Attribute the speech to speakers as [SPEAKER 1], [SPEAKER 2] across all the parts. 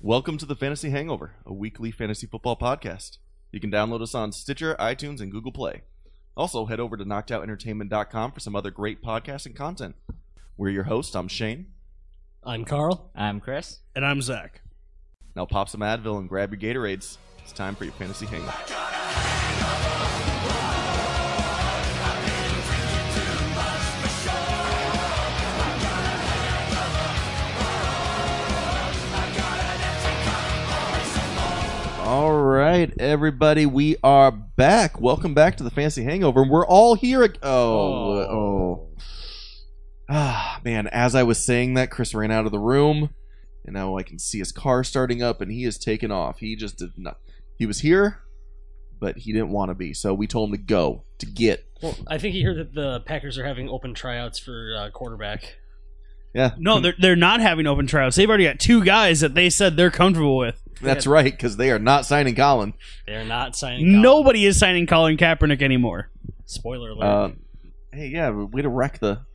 [SPEAKER 1] Welcome to the Fantasy Hangover, a weekly fantasy football podcast. You can download us on Stitcher, iTunes, and Google Play. Also, head over to knockedoutentertainment.com for some other great podcasts and content. We're your hosts. I'm Shane.
[SPEAKER 2] I'm Carl.
[SPEAKER 3] Um,
[SPEAKER 4] I'm Chris.
[SPEAKER 3] And I'm Zach.
[SPEAKER 1] Now pop some Advil and grab your Gatorades. It's time for your fantasy hangover. All right, everybody, we are back. Welcome back to the Fantasy Hangover. and We're all here. Ag- oh, oh, ah, man! As I was saying that, Chris ran out of the room, and now I can see his car starting up, and he is taken off. He just did not. He was here, but he didn't want to be. So we told him to go to get.
[SPEAKER 2] Well, I think you heard that the Packers are having open tryouts for uh, quarterback.
[SPEAKER 1] Yeah,
[SPEAKER 3] No, they're, they're not having open tryouts. They've already got two guys that they said they're comfortable with.
[SPEAKER 1] that's right, because they are not signing Colin.
[SPEAKER 2] They're not signing. Colin.
[SPEAKER 3] Nobody is signing Colin Kaepernick anymore.
[SPEAKER 2] Spoiler alert.
[SPEAKER 1] Uh, hey, yeah, way to wreck the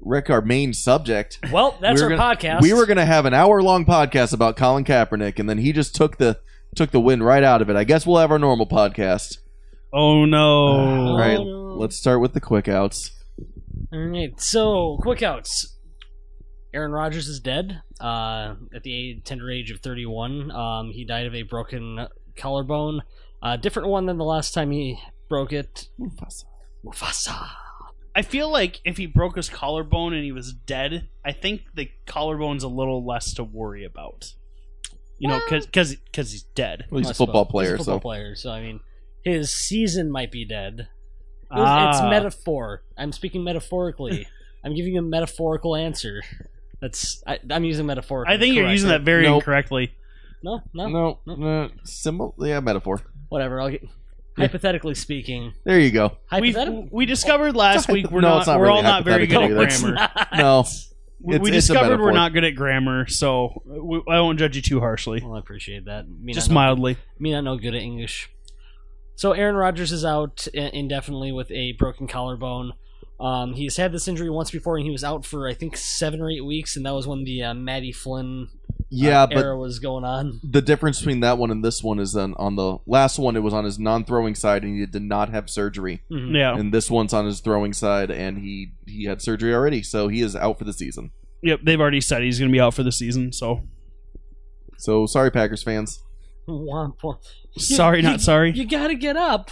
[SPEAKER 1] wreck our main subject.
[SPEAKER 2] well, that's
[SPEAKER 1] we were
[SPEAKER 2] our
[SPEAKER 1] gonna-
[SPEAKER 2] podcast.
[SPEAKER 1] We were going to have an hour long podcast about Colin Kaepernick, and then he just took the took the wind right out of it. I guess we'll have our normal podcast.
[SPEAKER 3] Oh,
[SPEAKER 1] All
[SPEAKER 3] no.
[SPEAKER 1] right,
[SPEAKER 2] no.
[SPEAKER 1] let's start with the quick outs.
[SPEAKER 2] All right. So, quick outs. Aaron Rodgers is dead uh, at the a- tender age of 31. Um, he died of a broken collarbone, a different one than the last time he broke it. Mufasa.
[SPEAKER 3] I feel like if he broke his collarbone and he was deid, I think the collarbone's a little less to worry about. You know, because he's dead.
[SPEAKER 1] Well, he's a
[SPEAKER 2] Must
[SPEAKER 1] football
[SPEAKER 2] vote.
[SPEAKER 1] player,
[SPEAKER 2] He's a football
[SPEAKER 1] so
[SPEAKER 2] player. So I mean, his season might be dead. It was- It's
[SPEAKER 3] Ah.
[SPEAKER 2] metaphor. I'm speaking metaphorically. I'm giving a metaphorical answer. That's I, I'm using metaphorical.
[SPEAKER 3] I think you're
[SPEAKER 2] correct.
[SPEAKER 3] using that very
[SPEAKER 1] Nope.
[SPEAKER 3] incorrectly.
[SPEAKER 2] No, no,
[SPEAKER 1] no, no, symbol, yeah, metaphor.
[SPEAKER 2] whatever. I'll get, hypothetically speaking,
[SPEAKER 1] There you go.
[SPEAKER 3] We
[SPEAKER 2] hypothetical.
[SPEAKER 3] we discovered last
[SPEAKER 1] No,
[SPEAKER 3] week we're
[SPEAKER 1] it's
[SPEAKER 3] not,
[SPEAKER 1] not
[SPEAKER 3] we're
[SPEAKER 1] really
[SPEAKER 3] all not very good at
[SPEAKER 1] hypothetical. It's
[SPEAKER 3] grammar.
[SPEAKER 1] No,
[SPEAKER 3] We,
[SPEAKER 1] It's-
[SPEAKER 3] we
[SPEAKER 1] it's a
[SPEAKER 3] discovered
[SPEAKER 1] metaphor.
[SPEAKER 3] we're not good at grammar, so we, I won't judge you too harshly.
[SPEAKER 2] Well, I appreciate that. Me
[SPEAKER 3] Just
[SPEAKER 2] not know-
[SPEAKER 3] mildly.
[SPEAKER 2] me not no good at English. So Aaron Rodgers is out i- indefinitely with a broken collarbone. Um, he's had this injury once before, and he was out for I think seven or eight weeks, and that was when the uh, Maddie Flynn
[SPEAKER 1] yeah,
[SPEAKER 2] uh,
[SPEAKER 1] but
[SPEAKER 2] era was going on.
[SPEAKER 1] the difference between that one and this one is then on the last one it was on his non-throwing side and he did not have surgery,
[SPEAKER 2] Mhm.
[SPEAKER 3] Yeah.
[SPEAKER 1] and this one's on his throwing side and he he had surgery already, so he is out for the season.
[SPEAKER 3] Yep, they've already said he's going to be out for the season. So
[SPEAKER 1] So sorry, Packers fans.
[SPEAKER 2] Womp womp.
[SPEAKER 3] sorry, not sorry.
[SPEAKER 2] You gotta get up.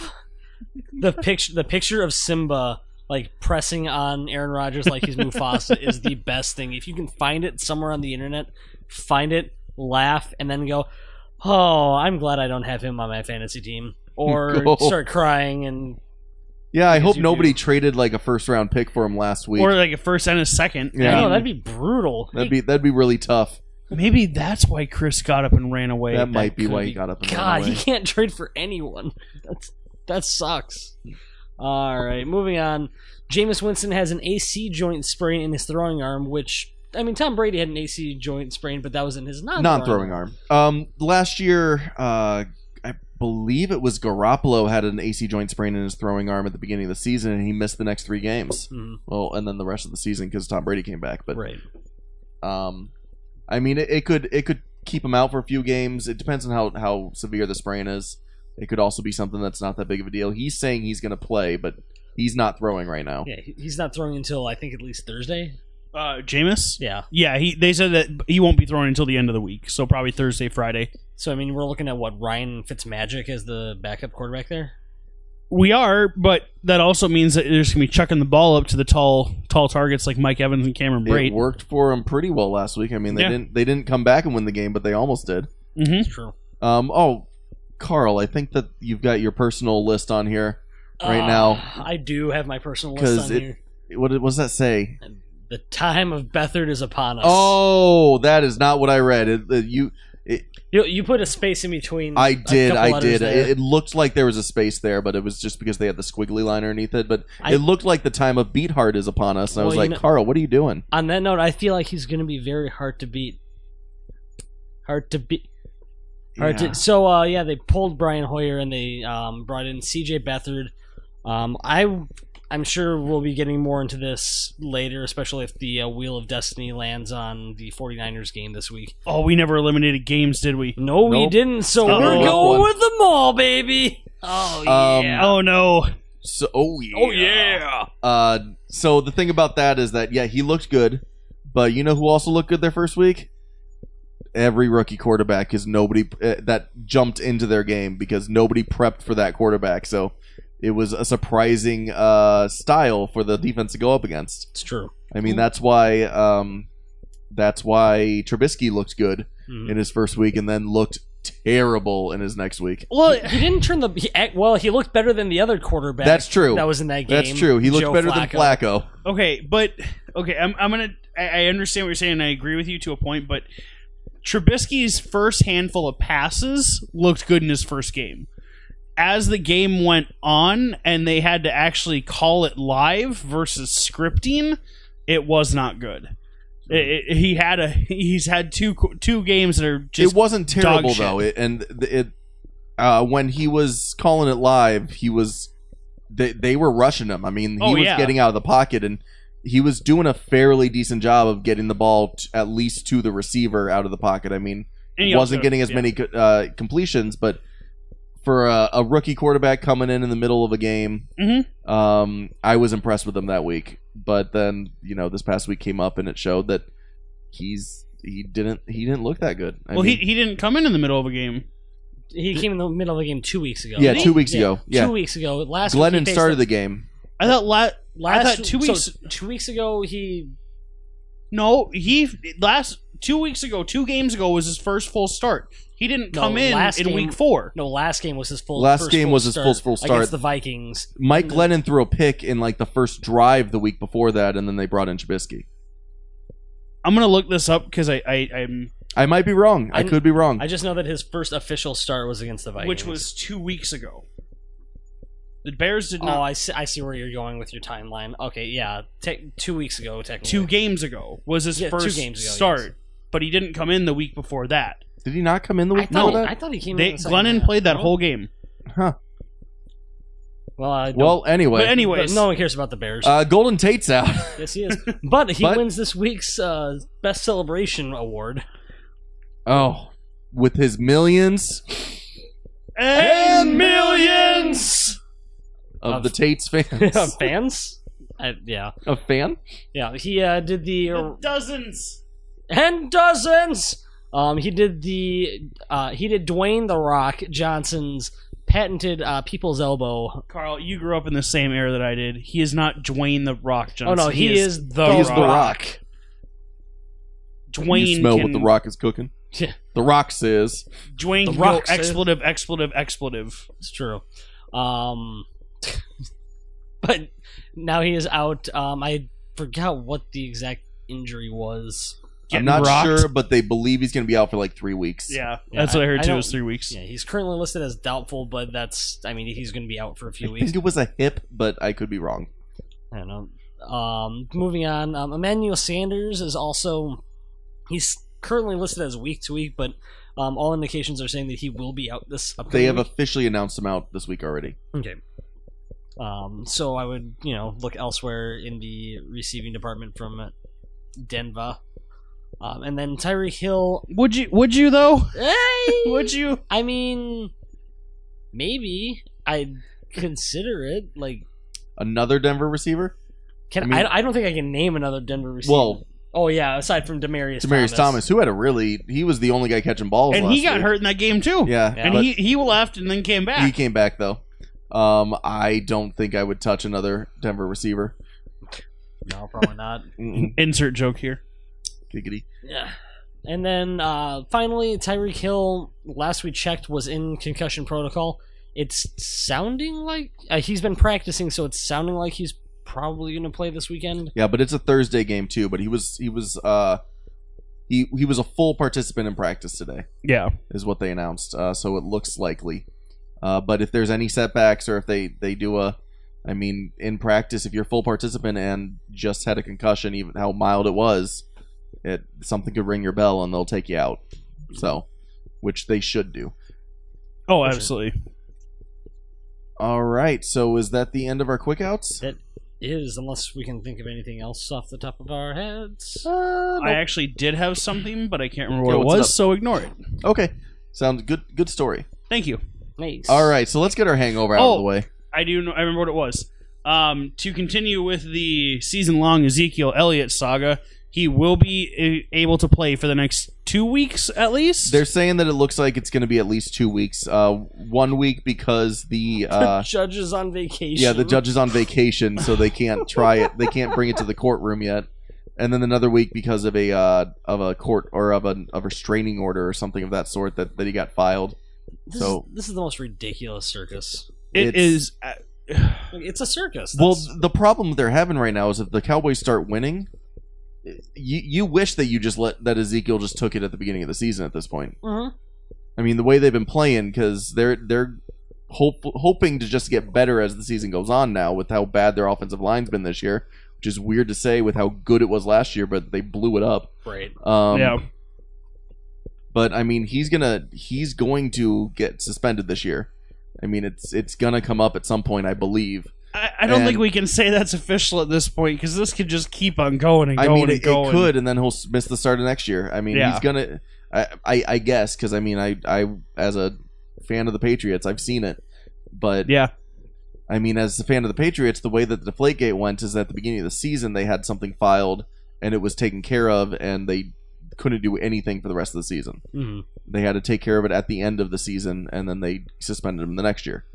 [SPEAKER 2] The picture, the picture of Simba like pressing on Aaron Rodgers like he's Mufasa is the best thing. If you can find it somewhere on the internet, find it, laugh, and then go, "Oh, I'm glad I don't have him on my fantasy team," or
[SPEAKER 1] Go.
[SPEAKER 2] start crying and
[SPEAKER 1] Yeah, I
[SPEAKER 2] Because
[SPEAKER 1] hope
[SPEAKER 2] you
[SPEAKER 1] nobody
[SPEAKER 2] do.
[SPEAKER 1] traded like a first round pick for him last week.
[SPEAKER 3] Or like a first and a second.
[SPEAKER 1] Yeah.
[SPEAKER 2] no, that'd be brutal.
[SPEAKER 1] that'd be that'd be really tough.
[SPEAKER 3] Maybe that's why Chris got up and ran away.
[SPEAKER 1] that might be
[SPEAKER 2] could
[SPEAKER 1] why he
[SPEAKER 2] be-
[SPEAKER 1] got up. And
[SPEAKER 2] God,
[SPEAKER 1] ran
[SPEAKER 2] he
[SPEAKER 1] away.
[SPEAKER 2] can't trade for anyone. That's that sucks. All right, moving on. Jameis Winston has an AC joint sprain in his throwing arm, which I mean, Tom Brady had an AC joint sprain, but that was in his non
[SPEAKER 1] non-throwing arm. Um, last year, uh, I believe it was Garoppolo had an AC joint sprain in his throwing arm at the beginning of the season, and he missed the next three games.
[SPEAKER 2] Mhm,
[SPEAKER 1] Well, and then the rest of the season because Tom Brady came back. But
[SPEAKER 2] right.
[SPEAKER 1] um, I mean, it, it could it could keep him out for a few games. It depends on how how severe the sprain is. It could also be something that's not that big of a deal. He's saying he's going to play, but he's not throwing right now.
[SPEAKER 2] Yeah, he- he's not throwing until I think at least Thursday.
[SPEAKER 3] Uh, Jameis?
[SPEAKER 2] Yeah.
[SPEAKER 3] Yeah, he, they said that he won't be throwing until the end of the week. So probably Thursday, Friday.
[SPEAKER 2] So I mean, we're looking at what Ryan Fitzmagic as the backup quarterback there.
[SPEAKER 3] We are, but that also means that there's going to be chucking the ball up to the tall tall targets like Mike Evans and Cameron Brate.
[SPEAKER 1] It worked for him pretty well last week. I mean, they
[SPEAKER 3] Yeah.
[SPEAKER 1] didn't they didn't come back and win the game, but they almost did.
[SPEAKER 3] hmm
[SPEAKER 2] It's true.
[SPEAKER 1] Um, oh, Carl, I think that you've got your personal list on here. Right
[SPEAKER 2] Uh,
[SPEAKER 1] now-
[SPEAKER 2] I do have my personal
[SPEAKER 1] 'Cause
[SPEAKER 2] list on
[SPEAKER 1] it-
[SPEAKER 2] here.
[SPEAKER 1] What, did- what does that say?
[SPEAKER 2] The time of Bethard is upon us.
[SPEAKER 1] Oh, that is not what I read. It, it- you,
[SPEAKER 2] You, you put a space in between.
[SPEAKER 1] I
[SPEAKER 2] Mm-hmm. a
[SPEAKER 1] did,
[SPEAKER 2] couple
[SPEAKER 1] I
[SPEAKER 2] letters
[SPEAKER 1] did.
[SPEAKER 2] there.
[SPEAKER 1] It, it looked like there was a space there, but it was just because they had the squiggly line underneath it. But
[SPEAKER 2] I-
[SPEAKER 1] it looked like the time of Beat Heart is upon us, and I
[SPEAKER 2] Well,
[SPEAKER 1] was
[SPEAKER 2] you
[SPEAKER 1] like,
[SPEAKER 2] know-
[SPEAKER 1] Carl, what are you doing?
[SPEAKER 2] On that note, I feel like he's going to be very hard to beat. Hard to beat. Hard
[SPEAKER 1] Yeah.
[SPEAKER 2] to, so uh, yeah, they pulled Brian Hoyer and they um, brought in C.J. Beathard. Um, I I'm sure we'll be getting more into this later, especially if the uh, Wheel of Destiny lands on the 49ers game this week.
[SPEAKER 3] Oh, we never eliminated games, did we?
[SPEAKER 2] No, we
[SPEAKER 1] Nope.
[SPEAKER 2] didn't. So
[SPEAKER 3] Uh-oh.
[SPEAKER 2] we're
[SPEAKER 3] Up
[SPEAKER 2] going
[SPEAKER 1] one.
[SPEAKER 2] with the mall, baby. Oh
[SPEAKER 1] Um,
[SPEAKER 2] yeah.
[SPEAKER 3] Oh no.
[SPEAKER 1] So, oh yeah.
[SPEAKER 2] oh yeah.
[SPEAKER 1] Uh, so the thing about that is that yeah, he looked good, but you know who also looked good their first week? Every rookie quarterback because nobody uh, that jumped into their game because nobody prepped for that quarterback. So it was a surprising uh, style for the defense to go up against.
[SPEAKER 2] It's true.
[SPEAKER 1] I mean, that's why um, that's why Trubisky looked good
[SPEAKER 2] Mhm.
[SPEAKER 1] in his first week and then looked terrible in his next week.
[SPEAKER 2] Well, he didn't turn the he, act- well. He looked better than the other quarterback.
[SPEAKER 1] That's true.
[SPEAKER 2] That was in that game.
[SPEAKER 1] That's true. He looked
[SPEAKER 2] Joe
[SPEAKER 1] better than Flacco.
[SPEAKER 3] Okay, but okay, I'm, I'm gonna. I, I understand what you're saying. and I agree with you to a point, but Trubisky's first handful of passes looked good in his first game. As the game went on, and they had to actually call it live versus scripting, it was not good. It-
[SPEAKER 1] Hmm.
[SPEAKER 3] it- he had a. He's had two qu- two games that are just
[SPEAKER 1] it wasn't terrible
[SPEAKER 3] dog shit.
[SPEAKER 1] though, it, and th- it uh, when he was calling it live, he was they they were rushing him. I mean, he
[SPEAKER 3] Oh,
[SPEAKER 1] was
[SPEAKER 3] yeah.
[SPEAKER 1] getting out of the pocket and. He was doing a fairly decent job of getting the ball t- at least to the receiver out of the pocket. I mean,
[SPEAKER 3] and he
[SPEAKER 1] wasn't
[SPEAKER 3] also-
[SPEAKER 1] getting as
[SPEAKER 3] yeah.
[SPEAKER 1] many uh, completions, but for a, a rookie quarterback coming in in the middle of a game,
[SPEAKER 3] Mhm.
[SPEAKER 1] um, I was impressed with him that week. But then you know this past week came up and it showed that he's he didn't he didn't look that good. I
[SPEAKER 3] Well,
[SPEAKER 1] mean,
[SPEAKER 3] he, he didn't come in in the middle of a game.
[SPEAKER 2] He came in the middle of the game two weeks ago.
[SPEAKER 1] yeah,
[SPEAKER 2] Didn't
[SPEAKER 1] two
[SPEAKER 2] he?
[SPEAKER 1] weeks ago. Yeah,
[SPEAKER 2] Two weeks ago. Last week he
[SPEAKER 1] Glennon
[SPEAKER 2] faced
[SPEAKER 1] started
[SPEAKER 2] the-
[SPEAKER 1] the game.
[SPEAKER 3] I thought la-
[SPEAKER 2] last
[SPEAKER 3] I thought two
[SPEAKER 2] so
[SPEAKER 3] weeks-
[SPEAKER 2] two weeks ago he
[SPEAKER 3] No, he last two weeks ago, two games ago was his first full start. He didn't
[SPEAKER 2] No,
[SPEAKER 3] come in
[SPEAKER 2] last
[SPEAKER 3] in
[SPEAKER 2] game-
[SPEAKER 3] week four.
[SPEAKER 2] no last game was his full
[SPEAKER 1] Last
[SPEAKER 2] first
[SPEAKER 1] game
[SPEAKER 2] full
[SPEAKER 1] was his full- full start.
[SPEAKER 2] against the Vikings.
[SPEAKER 1] Mike Glennon threw a pick in like the first drive the week before that, and then they brought in Trubisky.
[SPEAKER 3] I'm gonna look this up because I, I I'm
[SPEAKER 1] I might be wrong. I,
[SPEAKER 2] I-
[SPEAKER 1] could be wrong.
[SPEAKER 2] I just know that his first official start was against the Vikings,
[SPEAKER 3] which was two weeks ago. The Bears did
[SPEAKER 2] Oh,
[SPEAKER 3] not
[SPEAKER 2] I see, I see where you're going with your timeline. Okay, yeah, te- two weeks ago, technically.
[SPEAKER 3] two games ago was his
[SPEAKER 2] Yeah, two
[SPEAKER 3] first
[SPEAKER 2] games ago,
[SPEAKER 3] start,
[SPEAKER 2] yes.
[SPEAKER 3] but he didn't come in the week before that.
[SPEAKER 1] Did he not come in the
[SPEAKER 2] I
[SPEAKER 1] week before
[SPEAKER 2] thought,
[SPEAKER 1] that?
[SPEAKER 2] I thought he came.
[SPEAKER 3] They,
[SPEAKER 2] in the second
[SPEAKER 3] Glennon
[SPEAKER 2] half.
[SPEAKER 3] played that whole game.
[SPEAKER 1] huh.
[SPEAKER 2] Well, I don't-
[SPEAKER 1] Well,
[SPEAKER 3] But
[SPEAKER 1] anyway,
[SPEAKER 3] anyways,
[SPEAKER 2] but no one cares about the Bears.
[SPEAKER 1] uh, Golden Tate's out.
[SPEAKER 2] yes, he is. But he
[SPEAKER 1] But-
[SPEAKER 2] wins this week's uh, best celebration award.
[SPEAKER 1] Oh, with his millions
[SPEAKER 3] and
[SPEAKER 2] millions
[SPEAKER 1] of,
[SPEAKER 2] Of-
[SPEAKER 1] the Tates
[SPEAKER 2] Uh,
[SPEAKER 1] fans,
[SPEAKER 2] fans. I, yeah,
[SPEAKER 1] of fan.
[SPEAKER 2] yeah. He uh, did the
[SPEAKER 3] dozens.
[SPEAKER 2] and dozens. Um, he did the uh, he did Dwayne the Rock Johnson's patented uh, people's elbow.
[SPEAKER 3] Carl, you grew up in the same era that I did. He is not Dwayne the Rock
[SPEAKER 2] Oh
[SPEAKER 3] Johnson.
[SPEAKER 2] no, he, is, the
[SPEAKER 1] He is
[SPEAKER 2] Rock.
[SPEAKER 1] the Rock.
[SPEAKER 3] Dwayne
[SPEAKER 1] you smell
[SPEAKER 3] can-
[SPEAKER 1] what the Rock is cooking.
[SPEAKER 2] Yeah.
[SPEAKER 1] The Rock says,
[SPEAKER 3] Dwayne
[SPEAKER 2] The
[SPEAKER 3] can
[SPEAKER 2] Rock
[SPEAKER 3] go
[SPEAKER 2] said-
[SPEAKER 3] expletive, expletive, expletive.
[SPEAKER 2] It's true. Um, but now he is out. Um, I forgot what the exact injury was.
[SPEAKER 1] "I'm
[SPEAKER 3] Getting
[SPEAKER 1] not
[SPEAKER 3] rocked.
[SPEAKER 1] sure, but they believe he's going to be out for like three weeks."
[SPEAKER 3] Yeah,
[SPEAKER 2] Yeah,
[SPEAKER 3] that's what I
[SPEAKER 2] I-
[SPEAKER 3] heard
[SPEAKER 2] I
[SPEAKER 3] too.
[SPEAKER 2] don't-
[SPEAKER 3] was three weeks.
[SPEAKER 2] Yeah, he's currently listed as doubtful, but that's. I mean, he's going to be out for a
[SPEAKER 1] I
[SPEAKER 2] few weeks.
[SPEAKER 1] think it was a hip, but I could be wrong.
[SPEAKER 2] I don't know. Um, moving on, um, Emmanuel Sanders is also he's currently listed as week to week, but um, all indications are saying that he will be out this upcoming.
[SPEAKER 1] They have
[SPEAKER 2] week.
[SPEAKER 1] officially announced him out this week already.
[SPEAKER 2] okay. Um, so I would you know look elsewhere in the receiving department from Denver, um, and then Tyreek Hill.
[SPEAKER 3] Would you? Would you though?
[SPEAKER 2] Hey,
[SPEAKER 3] Would you?
[SPEAKER 2] I mean, maybe I'd consider it. Like,
[SPEAKER 1] Another Denver receiver.
[SPEAKER 2] can I,
[SPEAKER 1] I mean-
[SPEAKER 2] I? don't think I can name another Denver receiver.
[SPEAKER 1] Well,
[SPEAKER 2] Oh yeah, aside from Demarius,
[SPEAKER 1] Demarius Thomas. who had a really, he was the only guy catching balls,
[SPEAKER 3] And he
[SPEAKER 1] last
[SPEAKER 3] got
[SPEAKER 1] week.
[SPEAKER 3] hurt in that game too.
[SPEAKER 1] Yeah,
[SPEAKER 2] Yeah.
[SPEAKER 3] And
[SPEAKER 1] but
[SPEAKER 3] he he left and then came
[SPEAKER 1] he
[SPEAKER 3] back.
[SPEAKER 1] came back though. Um, I don't think I would touch another Denver receiver.
[SPEAKER 2] No, probably not.
[SPEAKER 1] Mm-mm.
[SPEAKER 3] Insert joke here.
[SPEAKER 1] Giggity.
[SPEAKER 2] yeah. And then uh, finally, Tyreek Hill, last we checked, was in concussion protocol. It's sounding like uh, he's been practicing, so it's sounding like he's probably going to play this weekend.
[SPEAKER 1] Yeah, but it's a Thursday game too. But he was he was uh he he was a full participant in practice today,
[SPEAKER 3] Yeah.
[SPEAKER 1] is what they announced. Uh, so it looks likely. Uh, but if there's any setbacks or if they they do a, I mean, in practice, if you're a full participant and just had a concussion, even how mild it was, it something could ring your bell and they'll take you out. So, which they should do.
[SPEAKER 3] Oh,
[SPEAKER 2] sure.
[SPEAKER 3] absolutely.
[SPEAKER 1] All right. So is that the end of our quickouts?
[SPEAKER 2] That is, unless we can think of anything else off the top of our heads.
[SPEAKER 1] Uh,
[SPEAKER 3] I actually did have something, but I can't remember
[SPEAKER 1] Okay,
[SPEAKER 3] what it
[SPEAKER 1] what's
[SPEAKER 3] was,
[SPEAKER 1] it up?
[SPEAKER 3] so ignore it.
[SPEAKER 1] okay, sounds good. Good story.
[SPEAKER 3] Thank you.
[SPEAKER 2] Nice.
[SPEAKER 1] All right, so let's get our hangover out
[SPEAKER 3] Oh.
[SPEAKER 1] of the way.
[SPEAKER 3] I do. Know, I remember what it was. Um, to continue with the season-long Ezekiel Elliott saga, he will be a- able to play for the next two weeks at least.
[SPEAKER 1] They're saying that it looks like it's going to be at least two weeks. Uh, one week because the uh,
[SPEAKER 2] judge is on vacation.
[SPEAKER 1] yeah the judge is on vacation, so they can't try it. They can't bring it to the courtroom yet. And then another week because of a uh, of a court or of a of a restraining order or something of that sort that, that he got filed.
[SPEAKER 2] This,
[SPEAKER 1] so-
[SPEAKER 2] is, this is the most ridiculous circus.
[SPEAKER 3] it
[SPEAKER 1] it's-
[SPEAKER 3] is. Uh,
[SPEAKER 2] Like, it's a circus.
[SPEAKER 1] Well,
[SPEAKER 2] That's-
[SPEAKER 1] the problem they're having right now is if the Cowboys start winning, you you wish that you just let that Ezekiel just took it at the beginning of the season. At this point,
[SPEAKER 2] Mhm.
[SPEAKER 1] I mean, the way they've been playing because they're they're hope, hoping to just get better as the season goes on. Now with how bad their offensive line's been this year, which is weird to say with how good it was last year, but they blew it up.
[SPEAKER 2] right.
[SPEAKER 1] Um,
[SPEAKER 3] yeah.
[SPEAKER 1] But I mean, he's gonna he's going to get suspended this year. I mean, it's it's gonna come up at some point, I believe.
[SPEAKER 3] I, I don't
[SPEAKER 1] and-
[SPEAKER 3] think we can say that's official at this point because this could just keep on going and
[SPEAKER 1] I
[SPEAKER 3] going
[SPEAKER 1] mean,
[SPEAKER 3] and
[SPEAKER 1] it,
[SPEAKER 3] going.
[SPEAKER 1] it could, and then he'll s- miss the start of next year. I mean,
[SPEAKER 3] Yeah.
[SPEAKER 1] he's gonna. I I, I guess because I mean, I I as a fan of the Patriots, I've seen it, but
[SPEAKER 3] Yeah.
[SPEAKER 1] I mean, as a fan of the Patriots, the way that the Deflategate went is at the beginning of the season they had something filed and it was taken care of, and they couldn't do anything for the rest of the season.
[SPEAKER 2] Mhm.
[SPEAKER 1] They had to take care of it at the end of the season, and then they suspended him the next year.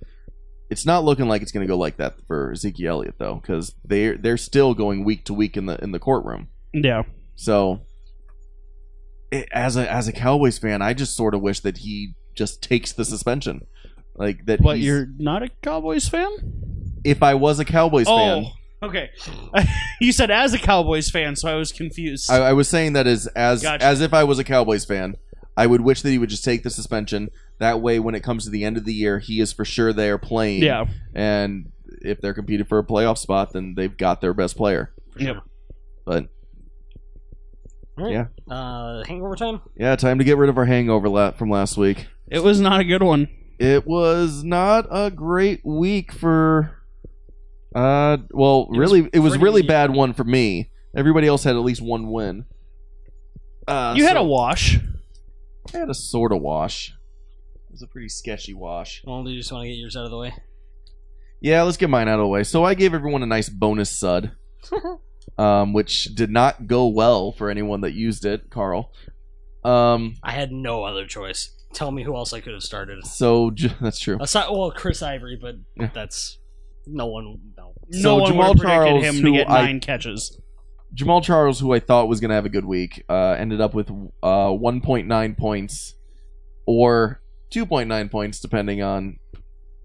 [SPEAKER 1] It's not looking like it's going to go like that for Ezekiel Elliott though, because they they're still going week to week in the in the courtroom.
[SPEAKER 3] Yeah.
[SPEAKER 1] So, it, as a as a Cowboys fan, I just sort of wish that he just takes the suspension, like that.
[SPEAKER 3] But
[SPEAKER 1] he's-
[SPEAKER 3] you're not a Cowboys fan?
[SPEAKER 1] if I was a Cowboys fan,
[SPEAKER 3] Oh, okay. you said as a Cowboys fan, so I was confused.
[SPEAKER 1] I, I was saying that as as
[SPEAKER 3] Gotcha.
[SPEAKER 1] as if I was a Cowboys fan, I would wish that he would just take the suspension. That way, when it comes to the end of the year, he is for sure they are playing.
[SPEAKER 3] yeah.
[SPEAKER 1] and if they're competing for a playoff spot, then they've got their best player.
[SPEAKER 2] For
[SPEAKER 3] Yep.
[SPEAKER 2] sure.
[SPEAKER 1] But
[SPEAKER 2] All right.
[SPEAKER 1] yeah.
[SPEAKER 2] Uh, hangover time.
[SPEAKER 1] yeah, time to get rid of our hangover la- from last week.
[SPEAKER 3] It was not a good one.
[SPEAKER 1] It was not a great week for. Uh, well,
[SPEAKER 2] was
[SPEAKER 1] really, it was really
[SPEAKER 2] pretty-
[SPEAKER 1] bad one for me. Everybody else had at least one win. Uh,
[SPEAKER 3] You had
[SPEAKER 1] so-
[SPEAKER 3] a wash.
[SPEAKER 1] I had a sort of wash. It was a pretty sketchy wash.
[SPEAKER 2] Well, do you just want to get yours out of the way?
[SPEAKER 1] Yeah, let's get mine out of the way. So I gave everyone a nice bonus sud, um, which did not go well for anyone that used it, Carl. Um,
[SPEAKER 2] I had no other choice. Tell me who else I could have started.
[SPEAKER 1] so j- that's true.
[SPEAKER 2] Aside, well, Chris Ivory, but
[SPEAKER 1] Yeah.
[SPEAKER 2] that's no one. No.
[SPEAKER 1] So
[SPEAKER 3] no one
[SPEAKER 1] Jamal
[SPEAKER 3] would have predicted
[SPEAKER 1] Charles,
[SPEAKER 3] him
[SPEAKER 1] who
[SPEAKER 3] to get
[SPEAKER 1] I-
[SPEAKER 3] nine catches.
[SPEAKER 1] Jamal Charles, who I thought was going to have a good week, uh, ended up with uh, 1.9 points or 2.9 points, depending on,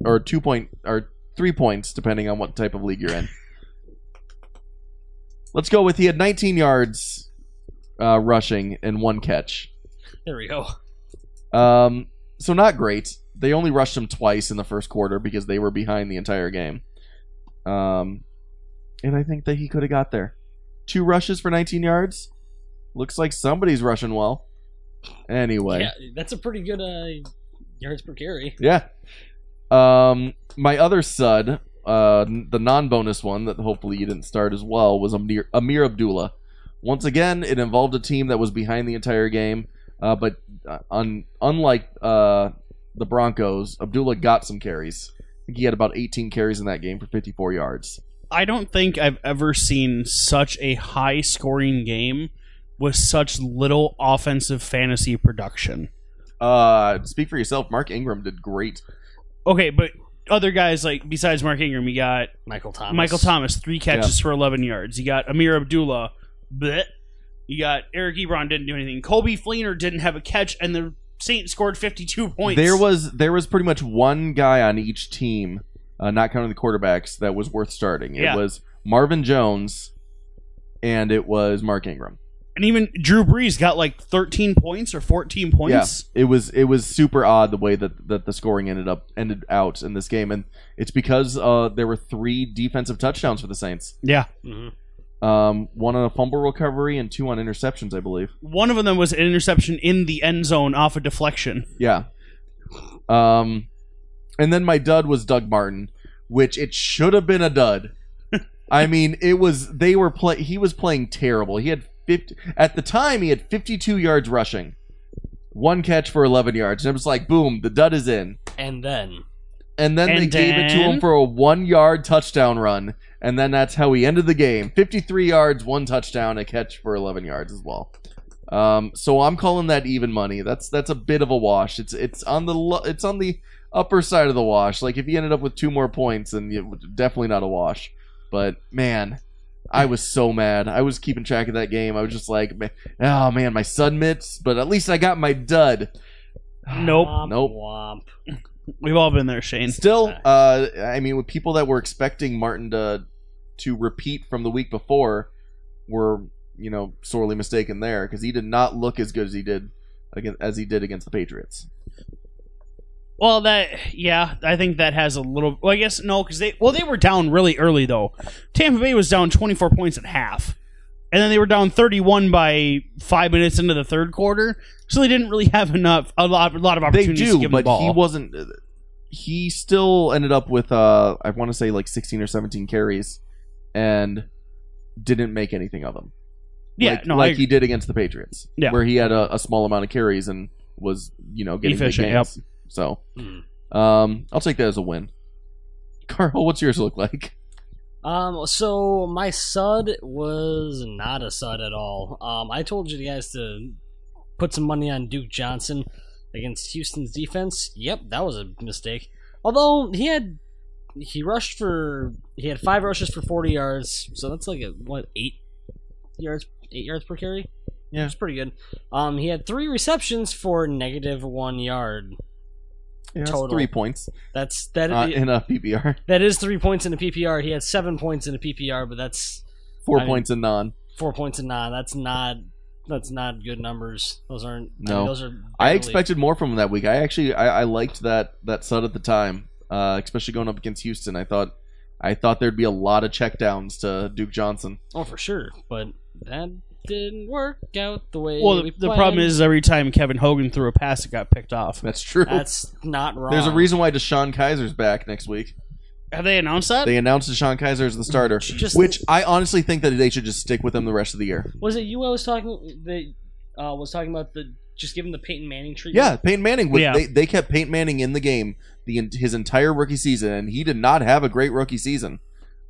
[SPEAKER 1] or two point or three points, depending on what type of league you're in. Let's go with he had 19 yards uh, rushing and one catch.
[SPEAKER 2] There we go.
[SPEAKER 1] Um, so not great. They only rushed him twice in the first quarter because they were behind the entire game. Um, and I think that he could have got there. Two rushes for 19 yards. Looks like somebody's rushing well. Anyway,
[SPEAKER 2] Yeah, that's a pretty good uh, yards per carry.
[SPEAKER 1] yeah. Um, my other sud, uh, n- the non-bonus one that hopefully you didn't start as well was Amir, Amir Abdullah. Once again, it involved a team that was behind the entire game, uh, but uh, un- unlike uh, the Broncos, Abdullah got some carries. I think he had about 18 carries in that game for 54 yards.
[SPEAKER 3] I don't think I've ever seen such a high scoring game with such little offensive fantasy production.
[SPEAKER 1] Uh, speak for yourself. Mark Ingram did great.
[SPEAKER 3] Okay, but other guys like besides Mark Ingram, you got
[SPEAKER 2] Michael Thomas.
[SPEAKER 3] Michael Thomas, three catches for 11 yards. You got Amir Abdullah, bleh. You got Eric Ebron didn't do anything. Colby Fleener didn't have a catch, and the Saints scored 52 points.
[SPEAKER 1] There was there was pretty much one guy on each team, uh, not counting the quarterbacks, that was worth starting.
[SPEAKER 3] Yeah.
[SPEAKER 1] It was Marvin Jones, and it was Mark Ingram.
[SPEAKER 3] and even Drew Brees got like 13 points or 14 points.
[SPEAKER 1] Yeah, it was it was super odd the way that that the scoring ended up ended out in this game, and it's because uh, there were three defensive touchdowns for the Saints.
[SPEAKER 3] Yeah.
[SPEAKER 2] Mhm.
[SPEAKER 1] Um, one on a fumble recovery and two on interceptions, I believe.
[SPEAKER 3] One of them was an interception in the end zone off a deflection.
[SPEAKER 1] Yeah. Um, and then my dud was Doug Martin, which it should have been a dud. I mean, it was they were play. He was playing terrible. He had fifty at the time. He had fifty-two yards rushing, one catch for eleven yards. And it was like, boom, the dud is in.
[SPEAKER 2] And then
[SPEAKER 1] And then they
[SPEAKER 3] And
[SPEAKER 1] gave it to him
[SPEAKER 3] then-
[SPEAKER 1] for a one-yard touchdown run. And then that's how he ended the game: fifty-three yards, one touchdown, a catch for eleven yards as well. Um, so I'm calling that even money. That's that's a bit of a wash. It's it's on the lo- it's on the upper side of the wash. Like if he ended up with two more points, then it was definitely not a wash. But man, I was so mad. I was keeping track of that game. I was just like, ma- oh man, my sun mitts. But at least I got my dud.
[SPEAKER 3] Nope.
[SPEAKER 2] Womp,
[SPEAKER 1] Nope.
[SPEAKER 2] womp.
[SPEAKER 3] We've all been there, Shane.
[SPEAKER 1] Still, uh, I mean, with people that were expecting Martin to to repeat from the week before, were you know sorely mistaken there because he did not look as good as he did against, as he did against the Patriots.
[SPEAKER 3] Well, that yeah, I think that has a little. Well, I guess no, because they well they were down really early though. Tampa Bay was down 24 points at half, and then they were down 31 by five minutes into the third quarter. So they didn't really have enough a lot a lot of
[SPEAKER 1] They
[SPEAKER 3] opportunities to
[SPEAKER 1] do,
[SPEAKER 3] give 'em the
[SPEAKER 1] but
[SPEAKER 3] ball.
[SPEAKER 1] he wasn't. uh, He still ended up with uh, I want to say like 16 or 17 carries, and didn't make anything of them.
[SPEAKER 3] yeah,
[SPEAKER 1] like,
[SPEAKER 3] no,
[SPEAKER 1] like
[SPEAKER 3] I,
[SPEAKER 1] he did against the Patriots,
[SPEAKER 3] Yeah.
[SPEAKER 1] where he had a, a small amount of carries and was you know getting
[SPEAKER 3] Efficient,
[SPEAKER 1] big gains. So,
[SPEAKER 2] Mm.
[SPEAKER 1] um, I'll take that as a win. Carl, what's yours look like?
[SPEAKER 2] Um, so my sud was not a sud at all. Um, I told you guys to put some money on Duke Johnson against Houston's defense. Yep, that was a mistake. Although he had he rushed for he had five rushes for forty yards, so that's like a what eight yards eight yards per carry.
[SPEAKER 1] Yeah.
[SPEAKER 2] it's pretty good. Um, he had three receptions for negative one yard.
[SPEAKER 1] That's
[SPEAKER 2] Total.
[SPEAKER 1] three points
[SPEAKER 2] That's that.
[SPEAKER 1] uh, in a PPR,
[SPEAKER 2] that is three points in a PPR. He had seven points in a PPR, but that's
[SPEAKER 1] four
[SPEAKER 2] I mean-
[SPEAKER 1] points in non.
[SPEAKER 2] four points and nine. That's not that's not good numbers. Those aren't. I mean,
[SPEAKER 1] No.
[SPEAKER 2] those are.
[SPEAKER 1] I
[SPEAKER 2] barely-
[SPEAKER 1] expected more from him that week. I actually I, I liked that that sud at the time, uh, especially going up against Houston. I thought I thought there'd be a lot of checkdowns to Duke Johnson.
[SPEAKER 2] Oh, for sure, but that didn't work out the way.
[SPEAKER 3] well,
[SPEAKER 2] we
[SPEAKER 3] the, the
[SPEAKER 2] planned.
[SPEAKER 3] problem is every time Kevin Hogan threw a pass, it got picked off.
[SPEAKER 1] That's true.
[SPEAKER 2] that's not wrong.
[SPEAKER 1] There's a reason why Deshaun Kaiser's back next week.
[SPEAKER 3] Have they announced that?
[SPEAKER 1] They announced Deshaun Kaiser as the starter.
[SPEAKER 2] Just
[SPEAKER 1] Which I honestly think that they should just stick with him the rest of the year.
[SPEAKER 2] was it you I was talking that uh, was talking about the just giving the Peyton Manning treatment.
[SPEAKER 1] Yeah, Peyton Manning. Was,
[SPEAKER 3] Yeah.
[SPEAKER 1] They, they kept Peyton Manning in the game the en- his entire rookie season, and he did not have a great rookie season.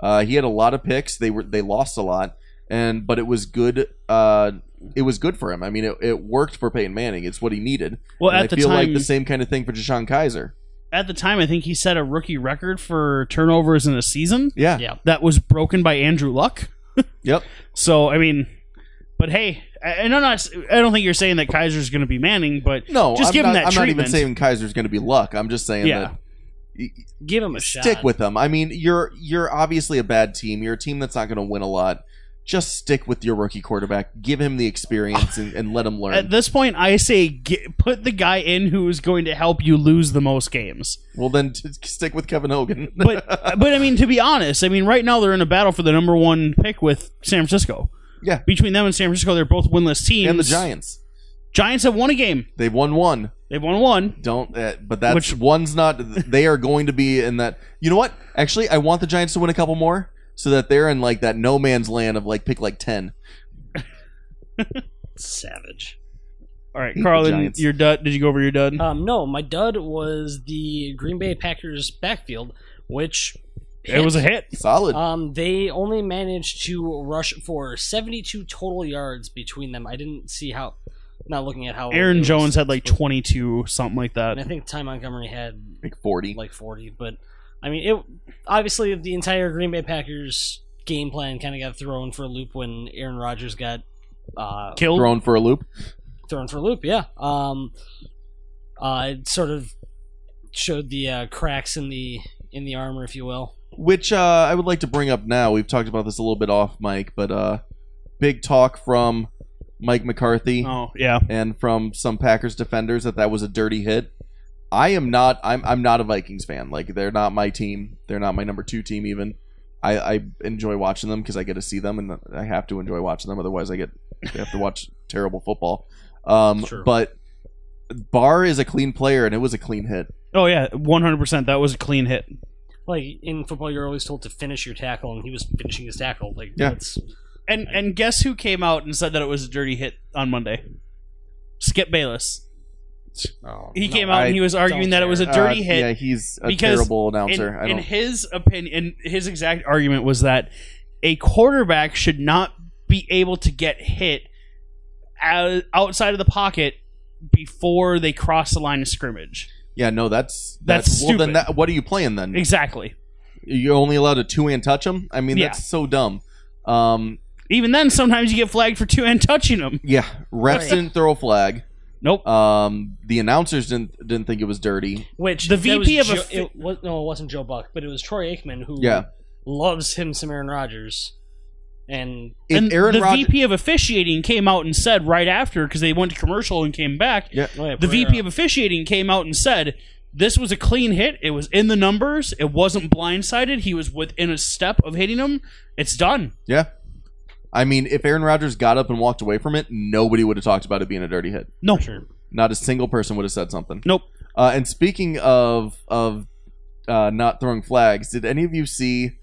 [SPEAKER 1] Uh, he had a lot of picks. They were they lost a lot, and but it was good. Uh, it was good for him. I mean, it, it worked for Peyton Manning. It's what he needed.
[SPEAKER 3] well,
[SPEAKER 1] And
[SPEAKER 3] at
[SPEAKER 1] I
[SPEAKER 3] the
[SPEAKER 1] feel
[SPEAKER 3] time,
[SPEAKER 1] like the same kind of thing for Deshaun Kaiser.
[SPEAKER 3] at the time, I think he set a rookie record for turnovers in a season.
[SPEAKER 1] Yeah.
[SPEAKER 2] Yeah.
[SPEAKER 3] that was broken by Andrew Luck.
[SPEAKER 1] Yep.
[SPEAKER 3] So I mean, but hey, I, and I'm not. I don't think you're saying that Kaiser's going to be Manning, but
[SPEAKER 1] No,
[SPEAKER 3] Just
[SPEAKER 1] I'm
[SPEAKER 3] give him
[SPEAKER 1] not,
[SPEAKER 3] that
[SPEAKER 1] I'm not
[SPEAKER 3] treatment.
[SPEAKER 1] even saying Kaiser's going to be luck. I'm just saying
[SPEAKER 3] Yeah.
[SPEAKER 1] that
[SPEAKER 2] Give him a
[SPEAKER 1] stick
[SPEAKER 2] shot.
[SPEAKER 1] with them. I mean, you're you're obviously a bad team. You're a team that's not going to win a lot. Just stick with your rookie quarterback. Give him the experience and, and let him learn.
[SPEAKER 3] at this point, I say get, put the guy in who is going to help you lose the most games.
[SPEAKER 1] well, then t- stick with Kevin Hogan.
[SPEAKER 3] But but I mean, to be honest, I mean, right now they're in a battle for the number one pick with San Francisco.
[SPEAKER 1] Yeah.
[SPEAKER 3] between them and San Francisco, they're both winless teams.
[SPEAKER 1] and the Giants,
[SPEAKER 3] Giants have won a game.
[SPEAKER 1] they've won one.
[SPEAKER 3] They've won one.
[SPEAKER 1] Don't, uh, but that's
[SPEAKER 3] Which-
[SPEAKER 1] one's not. They are going to be in that. You know what? Actually, I want the Giants to win a couple more so that they're in like that no man's land of like pick like ten.
[SPEAKER 2] Savage.
[SPEAKER 3] All right,
[SPEAKER 1] Hate the
[SPEAKER 3] Carlin,
[SPEAKER 1] Giants.
[SPEAKER 3] your dud. Did you go over your dud?
[SPEAKER 2] Um, no, my dud was the Green Bay Packers backfield, which
[SPEAKER 3] it was a hit.
[SPEAKER 1] Solid.
[SPEAKER 2] Um, they only managed to rush for 72 total yards between them. I didn't see how. Not looking at how Oh, it
[SPEAKER 3] Aaron
[SPEAKER 2] was-
[SPEAKER 3] Jones had like 22, something like
[SPEAKER 2] And I
[SPEAKER 3] that.
[SPEAKER 2] think Ty Montgomery had
[SPEAKER 1] pick forty.
[SPEAKER 2] like 40, but I mean, it obviously the entire Green Bay Packers game plan kind of got thrown for a loop when Aaron Rodgers got uh,
[SPEAKER 3] Killed.
[SPEAKER 1] Thrown for a loop.
[SPEAKER 2] thrown for a loop. Yeah. Um, uh, it sort of showed the uh, cracks in the in the armor, if you will.
[SPEAKER 1] which uh, I would like to bring up now. We've talked about this a little bit off mic, but uh, big talk from Mike McCarthy
[SPEAKER 3] Oh yeah.
[SPEAKER 1] and from some Packers defenders that that was a dirty hit. I am not. I'm. I'm not a Vikings fan. Like they're not my team. They're not my number two team. Even I, I enjoy watching them because I get to see them, and I have to enjoy watching them. Otherwise, I get I have to watch terrible football. Um,
[SPEAKER 2] True.
[SPEAKER 1] but Barr is a clean player, and it was a clean hit.
[SPEAKER 3] Oh yeah, one hundred percent. That was a clean hit.
[SPEAKER 2] like in football, you're always told to finish your tackle, and he was finishing his tackle. Like
[SPEAKER 1] Yeah.
[SPEAKER 2] that's
[SPEAKER 3] And and guess who came out and said that it was a dirty hit on Monday? Skip Bayless.
[SPEAKER 1] Oh,
[SPEAKER 3] He
[SPEAKER 1] no,
[SPEAKER 3] came out
[SPEAKER 1] I-
[SPEAKER 3] and he was arguing that it was a
[SPEAKER 1] uh,
[SPEAKER 3] dirty hit.
[SPEAKER 1] Yeah, he's a
[SPEAKER 3] because
[SPEAKER 1] terrible
[SPEAKER 3] in,
[SPEAKER 1] announcer. I
[SPEAKER 3] in
[SPEAKER 1] don't.
[SPEAKER 3] his opinion, his exact argument was that a quarterback should not be able to get hit out, outside of the pocket before they cross the line of scrimmage.
[SPEAKER 1] yeah, no, that's
[SPEAKER 3] That's
[SPEAKER 1] well. Then
[SPEAKER 3] stupid.
[SPEAKER 1] that, what are you playing then?
[SPEAKER 3] Exactly.
[SPEAKER 1] You're only allowed to two hand touch him. I mean,
[SPEAKER 3] Yeah.
[SPEAKER 1] that's so dumb. Um,
[SPEAKER 3] Even then, sometimes you get flagged for two and touching them.
[SPEAKER 1] yeah, refs
[SPEAKER 2] Right.
[SPEAKER 1] didn't throw a flag.
[SPEAKER 3] Nope.
[SPEAKER 1] Um, the announcers didn't didn't think it was dirty.
[SPEAKER 2] which
[SPEAKER 3] The
[SPEAKER 2] that
[SPEAKER 3] VP
[SPEAKER 2] was
[SPEAKER 3] of a
[SPEAKER 2] Joe,
[SPEAKER 3] fi-
[SPEAKER 2] it was, no, it wasn't Joe Buck, but it was Troy Aikman who
[SPEAKER 1] Yeah.
[SPEAKER 2] loves him some Aaron Rodgers, and
[SPEAKER 1] If
[SPEAKER 3] and
[SPEAKER 1] Aaron
[SPEAKER 3] the
[SPEAKER 1] Rodgers,
[SPEAKER 3] VP of officiating came out and said right after because they went to commercial and came back.
[SPEAKER 1] yeah,
[SPEAKER 2] oh, yeah,
[SPEAKER 3] The
[SPEAKER 2] Pereira.
[SPEAKER 3] VP of officiating came out and said this was a clean hit. It was in the numbers. It wasn't blindsided. He was within a step of hitting him. It's done.
[SPEAKER 1] yeah. I mean, if Aaron Rodgers got up and walked away from it, nobody would have talked about it being a dirty hit.
[SPEAKER 3] No.
[SPEAKER 1] Not a single person would have said something.
[SPEAKER 3] Nope.
[SPEAKER 1] Uh, and speaking of of uh, not throwing flags, did any of you see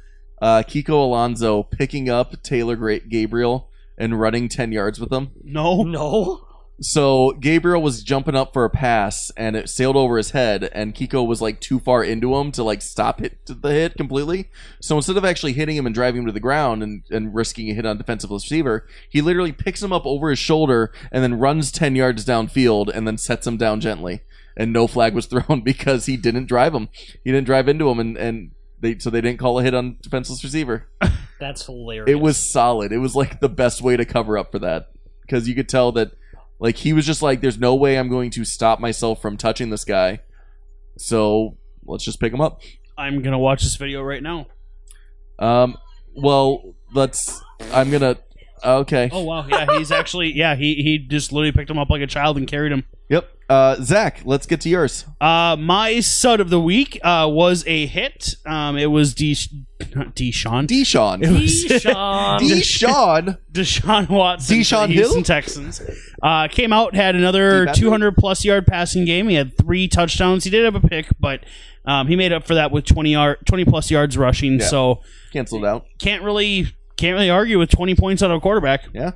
[SPEAKER 1] uh, Kiko Alonso picking up Taylor Great Gabriel and running ten yards with him?
[SPEAKER 3] No.
[SPEAKER 2] no,
[SPEAKER 1] So Gabriel was jumping up for a pass, and it sailed over his head, and Kiko was like too far into him to like stop hit the hit completely. So instead of actually hitting him and driving him to the ground and, and risking a hit on defensive receiver, he literally picks him up over his shoulder and then runs ten yards downfield and then sets him down gently. And no flag was thrown because he didn't drive him. He didn't drive into him, and and they so they didn't call a hit on defenseless receiver.
[SPEAKER 2] that's hilarious.
[SPEAKER 1] It was solid. It was like the best way to cover up for that because you could tell that like he was just like, "There's no way I'm going to stop myself from touching this guy." So let's just pick him up.
[SPEAKER 3] I'm gonna watch this video right now.
[SPEAKER 1] Um, well, let's. I'm gonna. Okay.
[SPEAKER 3] Oh wow. Yeah. He's actually. Yeah. He he just literally picked him up like a child and carried him.
[SPEAKER 1] Yep. Uh, Zach, let's get to yours.
[SPEAKER 3] Uh, my sud of the week uh, was a hit. Um, it was De- not Deshaun.
[SPEAKER 1] Deshaun.
[SPEAKER 2] Deshaun.
[SPEAKER 1] Deshaun.
[SPEAKER 3] Deshaun Watson,
[SPEAKER 1] Deshaun
[SPEAKER 3] for the
[SPEAKER 1] Hill?
[SPEAKER 3] Houston Texans, uh, came out had another
[SPEAKER 1] Debatable.
[SPEAKER 3] 200 plus yard passing game. He had three touchdowns. He did have a pick, but um, he made up for that with 20 yard, 20 plus yards rushing.
[SPEAKER 1] Yeah.
[SPEAKER 3] So
[SPEAKER 1] Canceled out.
[SPEAKER 3] can't really can't really argue with 20 points out of a quarterback.
[SPEAKER 1] Yeah.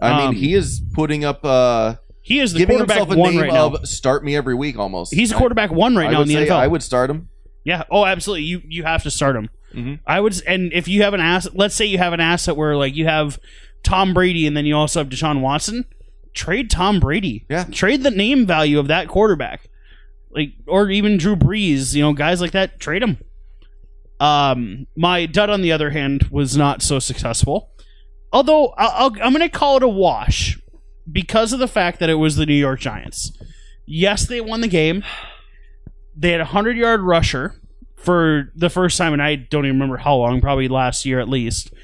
[SPEAKER 1] I
[SPEAKER 3] Um,
[SPEAKER 1] mean, he is putting up. Uh,
[SPEAKER 3] He is the
[SPEAKER 1] giving
[SPEAKER 3] quarterback
[SPEAKER 1] himself a
[SPEAKER 3] one
[SPEAKER 1] name
[SPEAKER 3] right now.
[SPEAKER 1] of start me every week almost.
[SPEAKER 3] He's a
[SPEAKER 1] I-
[SPEAKER 3] quarterback one right
[SPEAKER 1] I
[SPEAKER 3] now
[SPEAKER 1] would
[SPEAKER 3] in the
[SPEAKER 1] say
[SPEAKER 3] NFL.
[SPEAKER 1] I would start him.
[SPEAKER 3] Yeah. Oh, absolutely. You you have to start him.
[SPEAKER 1] Mhm.
[SPEAKER 3] I would, s- and if you have an asset, let's say you have an asset where like you have Tom Brady, and then you also have Deshaun Watson. Trade Tom Brady.
[SPEAKER 1] Yeah.
[SPEAKER 3] Trade the name value of that quarterback, like or even Drew Brees. You know, guys like that. Trade them. Um, my dud, on the other hand, was not so successful. Although I'll, I'll, I'm going to call it a wash because of the fact that it was the New York Giants. Yes, they won the game. They had a hundred yard rusher for the first time, and I don't even remember how long, probably last year at least.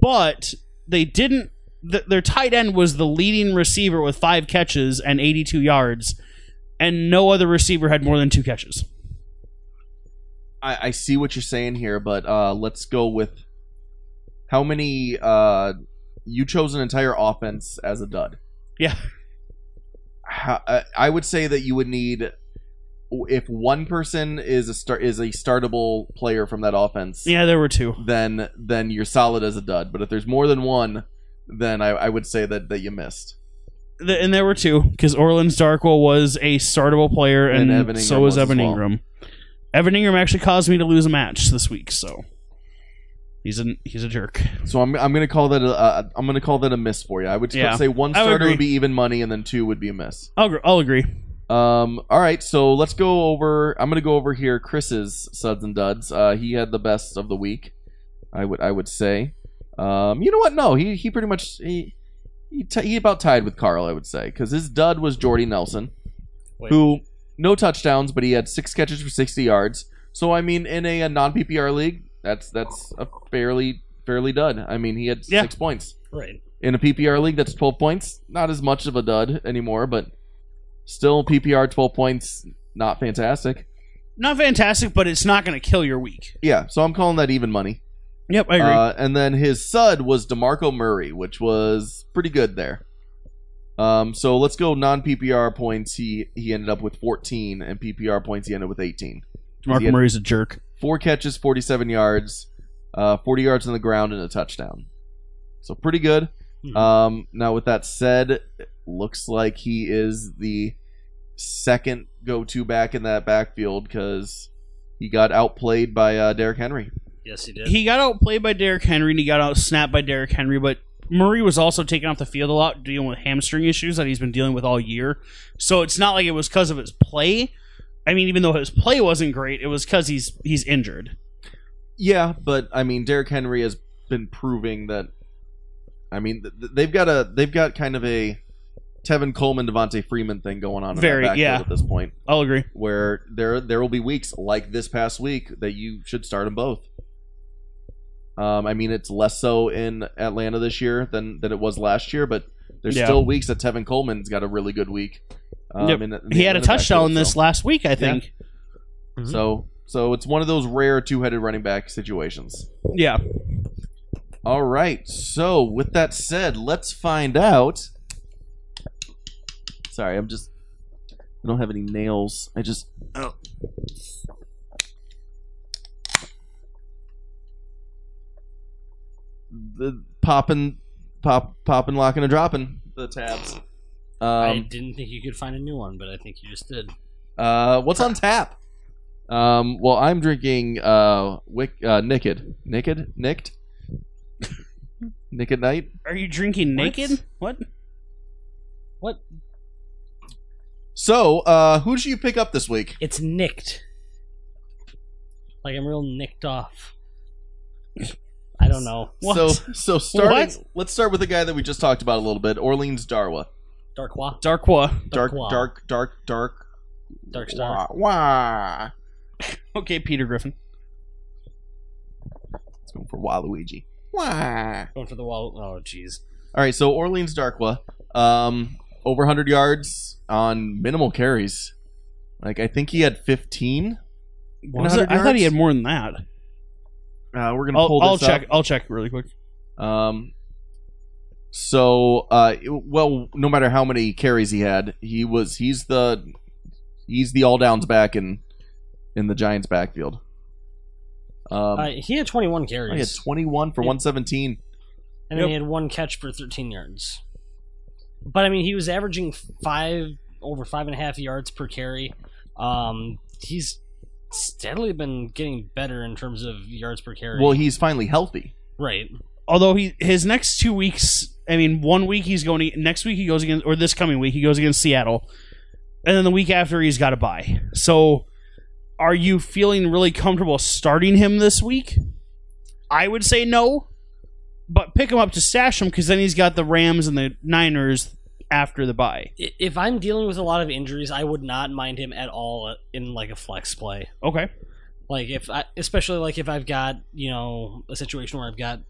[SPEAKER 3] But they didn't. Th- their tight end was the leading receiver with five catches and 82 yards, and no other receiver had more than two catches.
[SPEAKER 1] I, I see what you're saying here, but uh, let's go with how many. Uh, you chose an entire offense as a dud.
[SPEAKER 3] Yeah.
[SPEAKER 1] How, I, I would say that you would need if one person is a start is a startable player from that offense.
[SPEAKER 3] Yeah, there were two.
[SPEAKER 1] Then then you're solid as a dud. But if there's more than one, then I, I would say that that you missed.
[SPEAKER 3] Th- and there were two because Orleans Darkwell was a startable player, and,
[SPEAKER 1] And Evan
[SPEAKER 3] so
[SPEAKER 1] Ingram
[SPEAKER 3] was
[SPEAKER 1] was as
[SPEAKER 3] Evan
[SPEAKER 1] well.
[SPEAKER 3] Ingram. Evan Ingram actually caused me to lose a match this week, so he's a he's a jerk.
[SPEAKER 1] So I'm, I'm gonna call that a, uh, I'm gonna call that a miss for you. I would
[SPEAKER 3] Yeah.
[SPEAKER 1] say one
[SPEAKER 3] I would
[SPEAKER 1] starter would
[SPEAKER 3] agree.
[SPEAKER 1] be even money, and then two would be a miss.
[SPEAKER 3] I'll, gr- I'll agree.
[SPEAKER 1] Um. All right. So let's go over. I'm gonna go over here. Chris's suds and duds. Uh, he had the best of the week. I would. I would say. Um. You know what? No. He. He pretty much. He. He, t- he about tied with Carl. I would say because his dud was Jordy Nelson,
[SPEAKER 2] Wait.
[SPEAKER 1] who no touchdowns, but he had six catches for 60 yards. So I mean, in a, non PPR league, that's that's a fairly fairly dud. I mean, he had
[SPEAKER 3] Yeah.
[SPEAKER 1] six points
[SPEAKER 2] Right.
[SPEAKER 1] in a PPR league that's 12 points. Not as much of a dud anymore, but still PPR 12 points, not fantastic.
[SPEAKER 3] Not fantastic, but it's not going to kill your week.
[SPEAKER 1] Yeah, so I'm calling that even money.
[SPEAKER 3] Yep, I agree.
[SPEAKER 1] Uh, and then his sud was DeMarco Murray, which was pretty good there. Um, so let's go non PPR points. He he ended up with 14, and PPR points he ended with 18. He
[SPEAKER 3] Marco
[SPEAKER 1] had
[SPEAKER 3] Murray's a jerk.
[SPEAKER 1] four catches, 47 yards, uh, 40 yards on the ground, and a touchdown. So pretty good.
[SPEAKER 3] Hmm.
[SPEAKER 2] Mhm.
[SPEAKER 1] Um, now, with that said, it looks like he is the second go-to back in that backfield because he got outplayed by uh, Derrick Henry.
[SPEAKER 2] Yes, he did.
[SPEAKER 3] He got outplayed by Derrick Henry and he got out snapped by Derrick Henry, but Murray was also taken off the field a lot, dealing with hamstring issues that he's been dealing with all year. So it's not like it was because of his play. I mean, even though his play wasn't great, it was because he's he's injured.
[SPEAKER 1] Yeah, but I mean, Derrick Henry has been proving that. I mean, th- th- they've got a they've got kind of a Tevin Coleman, Devontae Freeman thing going on. In
[SPEAKER 3] Very,
[SPEAKER 1] that backfield
[SPEAKER 3] yeah.
[SPEAKER 1] At this point,
[SPEAKER 3] I'll agree.
[SPEAKER 1] where there there will be weeks like this past week that you should start them both. Um, I mean, it's less so in Atlanta this year than than it was last year, but there's
[SPEAKER 3] Yeah.
[SPEAKER 1] still weeks that Tevin Coleman's got a really good week. Um,
[SPEAKER 3] Yep.
[SPEAKER 1] in the- in the
[SPEAKER 3] He had a
[SPEAKER 1] Atlanta
[SPEAKER 3] touchdown
[SPEAKER 1] backfield,
[SPEAKER 3] this
[SPEAKER 1] so-
[SPEAKER 3] last week, I think.
[SPEAKER 2] Mhm.
[SPEAKER 1] so so it's one of those rare two headed running back situations.
[SPEAKER 3] Yeah.
[SPEAKER 1] All right. So, with that said, let's find out. Sorry, I'm just. I don't have any nails. I just. Oh. The popping, pop, popping, locking, and dropping the tabs.
[SPEAKER 2] I
[SPEAKER 1] Um,
[SPEAKER 2] didn't think you could find a new one, but I think you just did.
[SPEAKER 1] uh, what's on tap? Um, well, I'm drinking uh, wick, uh, naked, naked, nicked, naked night.
[SPEAKER 3] Are you drinking
[SPEAKER 2] What?
[SPEAKER 3] naked? What?
[SPEAKER 1] So, uh, who did you pick up this week?
[SPEAKER 2] It's nicked. Like I'm real nicked off. I don't know.
[SPEAKER 3] What?
[SPEAKER 1] So, so starting, let's start with the guy that we just talked about a little bit, Orleans Darwa.
[SPEAKER 2] Darkwa.
[SPEAKER 3] Darkwa.
[SPEAKER 1] Dark,
[SPEAKER 2] Darkwa.
[SPEAKER 1] dark, dark, dark,
[SPEAKER 2] Dark Star.
[SPEAKER 1] Wah, wah.
[SPEAKER 3] Okay, Peter Griffin.
[SPEAKER 1] Let's go for Waluigi. Wah.
[SPEAKER 2] Going for the wall. Oh, jeez.
[SPEAKER 1] All right, so Orleans Darkwa, um, over 100 yards on minimal carries. Like I think he had 15.
[SPEAKER 3] I thought-
[SPEAKER 1] 100
[SPEAKER 3] I thought he
[SPEAKER 1] yards?
[SPEAKER 3] had more than that.
[SPEAKER 1] Uh, we're gonna
[SPEAKER 3] I'll,
[SPEAKER 1] pull
[SPEAKER 3] I'll
[SPEAKER 1] this up.
[SPEAKER 3] check. I'll check really quick.
[SPEAKER 1] Um, so, uh, it- well, no matter how many carries he had, he was he's the he's the all downs back in in the Giants' backfield. Um,
[SPEAKER 2] Uh, he had 21 carries,
[SPEAKER 1] he had 21 for
[SPEAKER 2] Yeah.
[SPEAKER 1] 117.
[SPEAKER 2] and then he had one catch for 13 yards. But I mean, he was averaging five over five and a half yards per carry. Um, he's steadily been getting better in terms of yards per carry.
[SPEAKER 1] Well, he's finally healthy.
[SPEAKER 2] right.
[SPEAKER 3] although he his next two weeks i mean one week he's going next week he goes against or this coming week he goes against seattle and then the week after he's got a bye so are you feeling really comfortable starting him this week i would say no but pick him up to stash him because then he's got the rams and the niners after the bye
[SPEAKER 2] I- If I'm dealing with a lot of injuries, I would not mind him at all in like a flex play.
[SPEAKER 3] okay
[SPEAKER 2] like if I, especially like if I've got you know a situation where I've got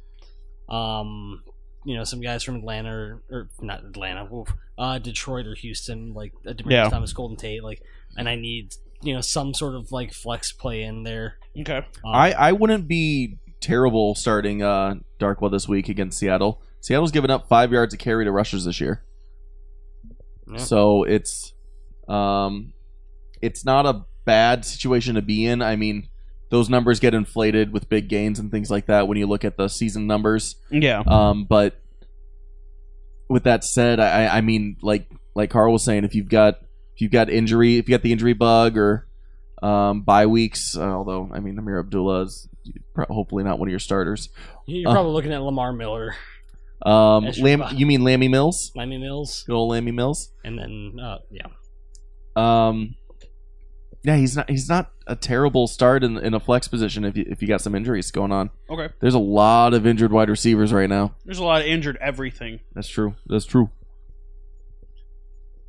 [SPEAKER 2] um you know some guys from Atlanta or, or not Atlanta oof, uh Detroit or Houston like a
[SPEAKER 3] Yeah.
[SPEAKER 2] Demaryius Thomas Golden Tate like and I need you know some sort of like flex play in there
[SPEAKER 3] okay
[SPEAKER 2] um,
[SPEAKER 1] I I wouldn't be terrible starting uh, Darkwell this week against Seattle. Seattle's given up five yards a carry to rushers this year.
[SPEAKER 2] Yeah.
[SPEAKER 1] So it's um it's not a bad situation to be in. I mean, those numbers get inflated with big gains and things like that when you look at the season numbers.
[SPEAKER 3] yeah
[SPEAKER 1] Um, but with that said, I, I mean, like like Carl was saying, if you've got if you've got injury, if you got the injury bug or um, bye weeks, uh, although I mean, Amir Abdullah is pro- hopefully not one of your starters.
[SPEAKER 2] you're
[SPEAKER 1] uh,
[SPEAKER 2] probably looking at Lamar Miller
[SPEAKER 1] Um,
[SPEAKER 2] Ezra
[SPEAKER 1] Lam-
[SPEAKER 2] Ba-
[SPEAKER 1] you mean Lammy Mills?
[SPEAKER 2] Miami Mills
[SPEAKER 1] Good old Lammy Mills.
[SPEAKER 2] and then uh yeah
[SPEAKER 1] Um, yeah, he's not he's not a terrible start in, in a flex position if you if you got some injuries going on.
[SPEAKER 3] okay
[SPEAKER 1] There's a lot of injured wide receivers right now.
[SPEAKER 3] there's a lot of injured everything
[SPEAKER 1] That's true. That's true.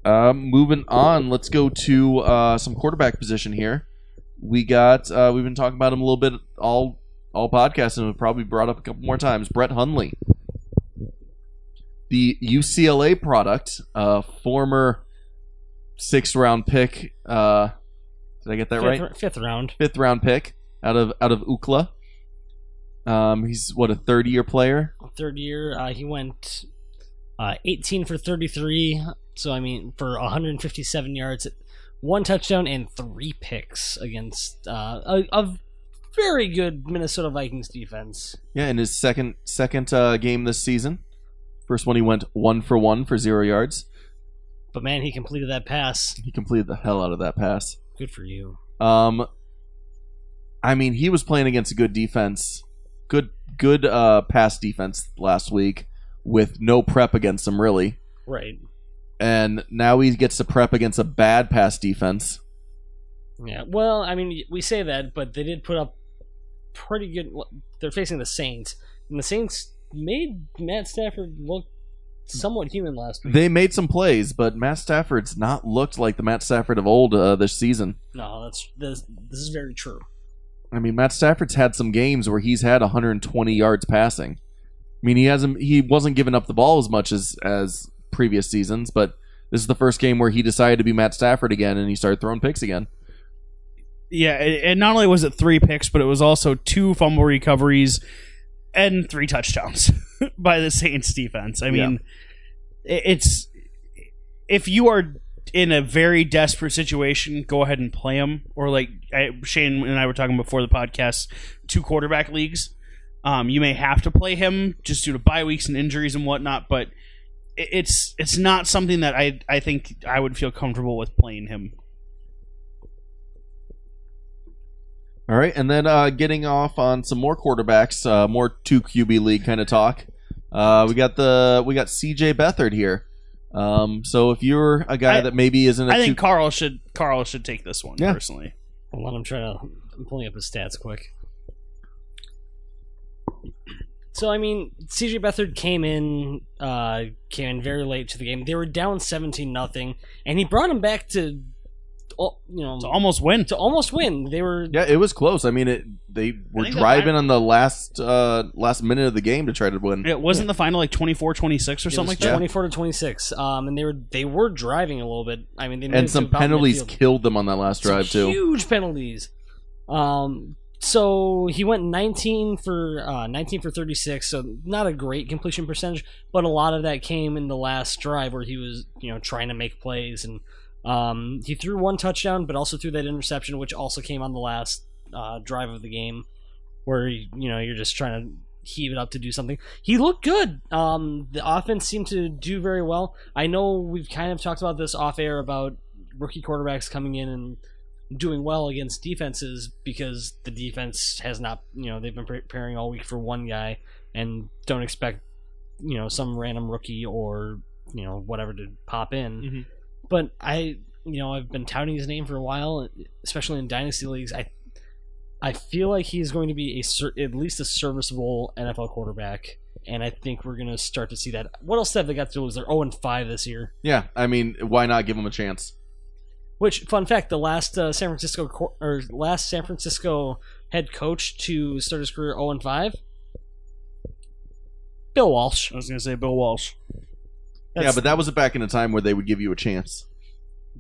[SPEAKER 1] Um, moving on, let's go to uh, some quarterback position here. We got uh, we've been talking about him a little bit all all podcast and we've probably brought up a couple more times. Brett Hundley, the UCLA product, uh, former sixth round pick. Uh, did I get that
[SPEAKER 2] fifth,
[SPEAKER 1] right?
[SPEAKER 2] fifth round
[SPEAKER 1] Fifth round pick out of out of UCLA. Um, he's what a third year player.
[SPEAKER 2] third year uh, he went uh, 18 for 33 so i mean for 157 yards one touchdown and three picks against uh, a, a very good Minnesota Vikings defense.
[SPEAKER 1] Yeah, in his second second uh, game this season, first one he went one for one for zero yards.
[SPEAKER 2] But man, he completed that pass.
[SPEAKER 1] He completed the hell out of that pass.
[SPEAKER 2] Good for you.
[SPEAKER 1] Um, I mean, he was playing against a good defense, good good uh, pass defense last week with no prep against him really,
[SPEAKER 2] Right.
[SPEAKER 1] and now he gets to prep against a bad pass defense.
[SPEAKER 2] Yeah. Well, I mean, we say that, but they did put up pretty good. They're facing the Saints, and the Saints made Matt Stafford look somewhat human last week.
[SPEAKER 1] They made some plays, but Matt Stafford's not looked like the Matt Stafford of old uh, this season.
[SPEAKER 2] No, that's this. This is very true.
[SPEAKER 1] I mean, Matt Stafford's had some games where he's had 120 yards passing. I mean, he hasn't he wasn't giving up the ball as much as as previous seasons, but this is the first game where he decided to be Matt Stafford again and he started throwing picks again.
[SPEAKER 3] Yeah, a- and not only was it three picks, but it was also two fumble recoveries and three touchdowns by the Saints defense. I mean, i- it's if you are in a very desperate situation, go ahead and play them. Or like I, Shane and I were talking before the podcast, two quarterback leagues. Um, you may have to play him just due to bye weeks and injuries and whatnot, but i- it's it's not something that I I think I would feel comfortable with playing him.
[SPEAKER 1] All right, and then uh, getting off on some more quarterbacks, uh, more two QB league kind of talk. Uh, we got the we got CJ Beathard here. Um, so if you're a guy
[SPEAKER 3] I-
[SPEAKER 1] that maybe isn't a
[SPEAKER 3] I
[SPEAKER 1] two-
[SPEAKER 3] think Carl should Carl should take this one
[SPEAKER 1] Yeah.
[SPEAKER 3] personally.
[SPEAKER 2] Hold on, I'm trying to. I'm pulling up his stats quick. So I mean, CJ Beathard came in, uh, came in very late to the game. They were down seventeen nothing, and he brought him back to, oh, you know,
[SPEAKER 3] It's almost win.
[SPEAKER 2] to almost win. They were
[SPEAKER 1] Yeah, it was close. I mean, it they were
[SPEAKER 3] think the
[SPEAKER 1] driving on the last uh, last minute of the game to try to win.
[SPEAKER 3] It wasn't the final like 24-26 or something like that.
[SPEAKER 2] twenty four to twenty six. Um, and they were they were driving a little bit. I mean, they made it
[SPEAKER 1] and
[SPEAKER 2] to
[SPEAKER 1] some
[SPEAKER 2] about
[SPEAKER 1] penalties
[SPEAKER 2] midfield.
[SPEAKER 1] killed them on that last drive
[SPEAKER 2] Some
[SPEAKER 1] too.
[SPEAKER 2] Huge penalties. Um, so he went 19 for uh, 19 for 36. So not a great completion percentage, but a lot of that came in the last drive where he was you know trying to make plays and um, he threw one touchdown, but also threw that interception, which also came on the last uh, drive of the game where you know you're just trying to heave it up to do something. He looked good. Um, the offense seemed to do very well. I know we've kind of talked about this off air about rookie quarterbacks coming in and doing well against defenses because the defense has not, you know, they've been preparing all week for one guy and don't expect, you know, some random rookie or, you know, whatever to pop in.
[SPEAKER 3] Mhm.
[SPEAKER 2] But I, you know, I've been touting his name for a while, especially in dynasty leagues. I I feel like he's going to be a ser- at least a serviceable NFL quarterback. And I think we're going to start to see that. What else have they got to lose? They're 0 5 this year.
[SPEAKER 1] Yeah, I mean, why not give them a chance?
[SPEAKER 2] Which fun fact: the last uh, San Francisco cor- or last San Francisco head coach to start his career zero and five, Bill Walsh.
[SPEAKER 3] I was going to say Bill Walsh.
[SPEAKER 1] yeah,
[SPEAKER 2] That's-
[SPEAKER 1] but that was back in a time where they would give you a chance.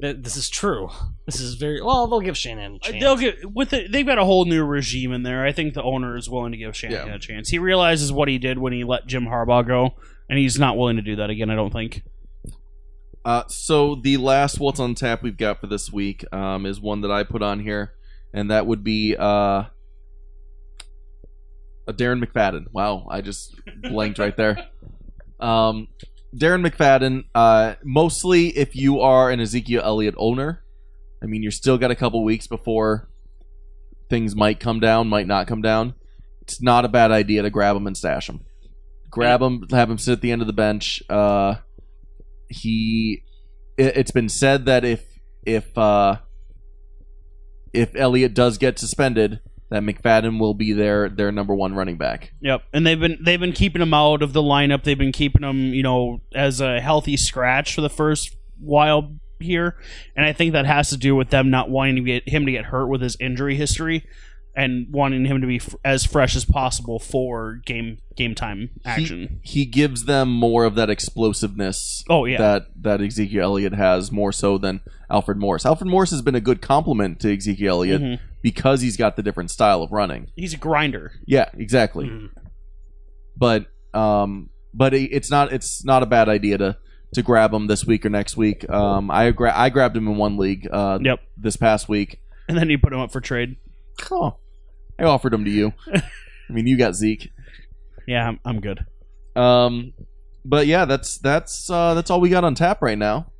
[SPEAKER 2] th- this is true. This is very well. They'll give Shannon. A
[SPEAKER 3] Uh,
[SPEAKER 2] chance.
[SPEAKER 3] They'll get with it. They've got a whole new regime in there. I think the owner is willing to give Shanahan
[SPEAKER 1] Yeah.
[SPEAKER 3] a chance. He realizes what he did when he let Jim Harbaugh go, and he's not willing to do that again. I don't think.
[SPEAKER 1] Uh, so the last what's on tap we've got for this week um, is one that I put on here, and that would be uh, a Darren McFadden. Wow, I just blanked right there. Um, Darren McFadden. Uh, mostly, if you are an Ezekiel Elliott owner, I mean, you're still got a couple weeks before things might come down, might not come down. It's not a bad idea to grab him and stash him. Grab him, have him sit at the end of the bench. Uh, he it, it's been said that if if uh if Elliott does get suspended, that McFadden will be their their number one running back.
[SPEAKER 3] Yep. And they've been they've been keeping him out of the lineup. They've been keeping him, you know, as a healthy scratch for the first while here, and I think that has to do with them not wanting to get him to get hurt with his injury history. And wanting him to be f- as fresh as possible for game game time action.
[SPEAKER 1] He gives them more of that explosiveness
[SPEAKER 3] Oh yeah,
[SPEAKER 1] that that Ezekiel Elliott has more so than Alfred Morris. Alfred Morris has been a good compliment to Ezekiel Elliott
[SPEAKER 3] Mhm.
[SPEAKER 1] because he's got the different style of running.
[SPEAKER 3] he's a grinder.
[SPEAKER 1] Yeah, exactly.
[SPEAKER 2] Mhm.
[SPEAKER 1] but um but it- it's not it's not a bad idea to to grab him this week or next week. Um, I gra- I grabbed him in one league uh,
[SPEAKER 3] Yep.
[SPEAKER 1] this past week.
[SPEAKER 3] And then you put him up for trade.
[SPEAKER 1] Oh, I offered him to you. I mean, you got Zeke.
[SPEAKER 3] Yeah, I'm, I'm good.
[SPEAKER 1] Um, but yeah, that's that's uh, that's all we got on tap right now.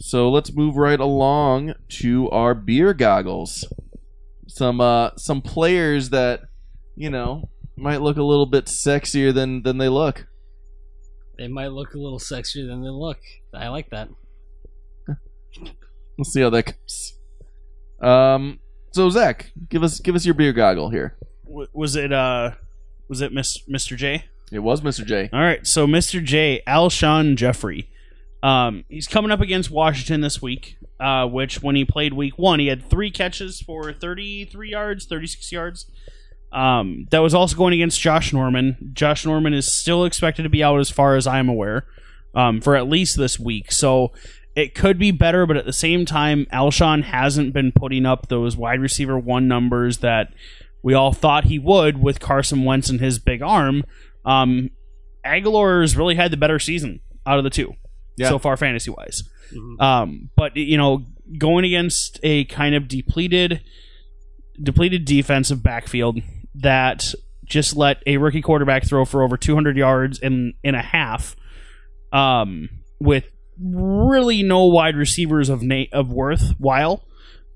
[SPEAKER 1] So let's move right along to our beer goggles. Some uh, some players that you know might look a little bit sexier than than they look.
[SPEAKER 2] They might look a little sexier than they look. I like that.
[SPEAKER 1] We'll see how that goes. Um, so Zach, give us give us your beer goggle here.
[SPEAKER 3] W- was it uh, was it Miss, Mr. J?
[SPEAKER 1] It was Mr. J.
[SPEAKER 3] All right, so Mr. J, Alshon Jeffrey. Um, he's coming up against Washington this week, uh, which when he played week one, he had three catches for 33 yards, 36 yards. Um, that was also going against Josh Norman. Josh Norman is still expected to be out, as far as I'm aware, um, for at least this week. So it could be better, but at the same time, Alshon hasn't been putting up those wide receiver one numbers that we all thought he would with Carson Wentz and his big arm. Um, Aguilar's really had the better season out of the two
[SPEAKER 1] Yeah.
[SPEAKER 3] so far, fantasy wise.
[SPEAKER 2] Mhm.
[SPEAKER 3] Um, but you know, going against a kind of depleted, depleted defensive backfield that just let a rookie quarterback throw for over 200 yards in in a half, um, with really no wide receivers of na- of worthwhile.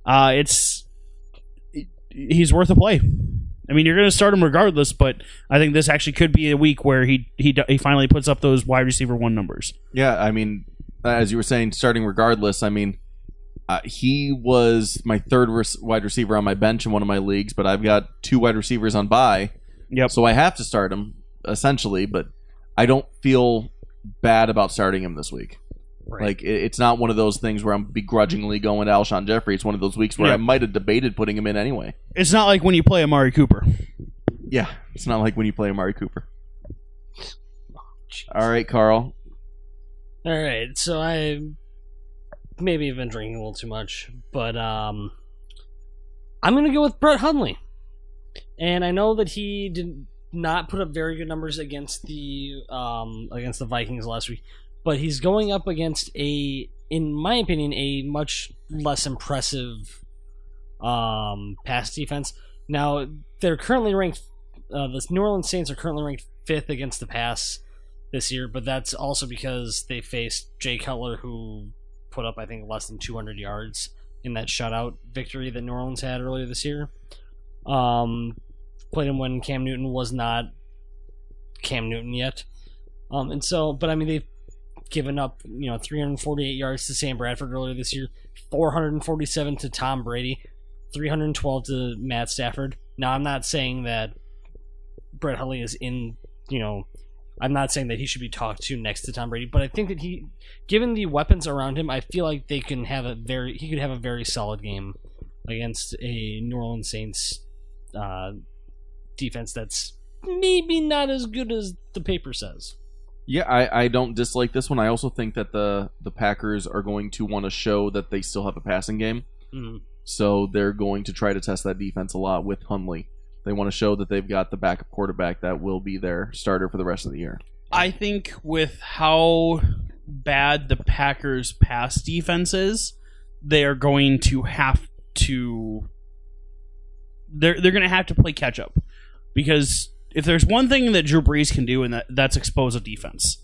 [SPEAKER 3] Uh, it's it- he's worth a play. I mean, you're going to start him regardless, but I think this actually could be a week where he he do- he finally puts up those wide receiver one numbers.
[SPEAKER 1] Yeah, I mean, as you were saying, starting regardless. I mean, uh, he was my third res- wide receiver on my bench in one of my leagues, but I've got two wide receivers on bye,
[SPEAKER 3] Yep.
[SPEAKER 1] so I have to start him essentially. But I don't feel bad about starting him this week.
[SPEAKER 2] Right.
[SPEAKER 1] Like it, it's not one of those things where I'm begrudgingly going to Alshon Jeffrey. It's one of those weeks where
[SPEAKER 3] Yeah.
[SPEAKER 1] I might have debated putting him in anyway.
[SPEAKER 3] It's not like when you play Amari Cooper.
[SPEAKER 1] Yeah, it's not like when you play Amari Cooper. All right, Carl.
[SPEAKER 2] All right, so I maybe have been drinking a little too much, but um, I'm gonna go with Brett Hundley, and I know that he did not put up very good numbers against the um against the Vikings last week, but he's going up against a, in my opinion, a much less impressive um pass defense. Now they're currently ranked. Uh, the New Orleans Saints are currently ranked fifth against the pass this year, but that's also because they faced Jay Cutler, who put up I think less than 200 yards in that shutout victory that New Orleans had earlier this year. Um, played him when Cam Newton was not Cam Newton yet, um, and so but I mean they've given up you know 348 yards to Sam Bradford earlier this year, 447 to Tom Brady, 312 to Matt Stafford. Now I'm not saying that Brett Hundley is in you know I'm not saying that he should be talked to next to Tom Brady, but I think that he, given the weapons around him, I feel like they can have a very he could have a very solid game against a New Orleans Saints uh, defense that's maybe not as good as the paper says.
[SPEAKER 1] Yeah, I, I don't dislike this one. I also think that the the Packers are going to want to show that they still have a passing game,
[SPEAKER 2] Mm,
[SPEAKER 1] so they're going to try to test that defense a lot with Hunley. They want to show that they've got the backup quarterback that will be their starter for the rest of the year.
[SPEAKER 3] I think with how bad the Packers' pass defense is, they are going to have to. They're they're going to have to play catch up, because if there's one thing that Drew Brees can do, and that, that's expose a defense.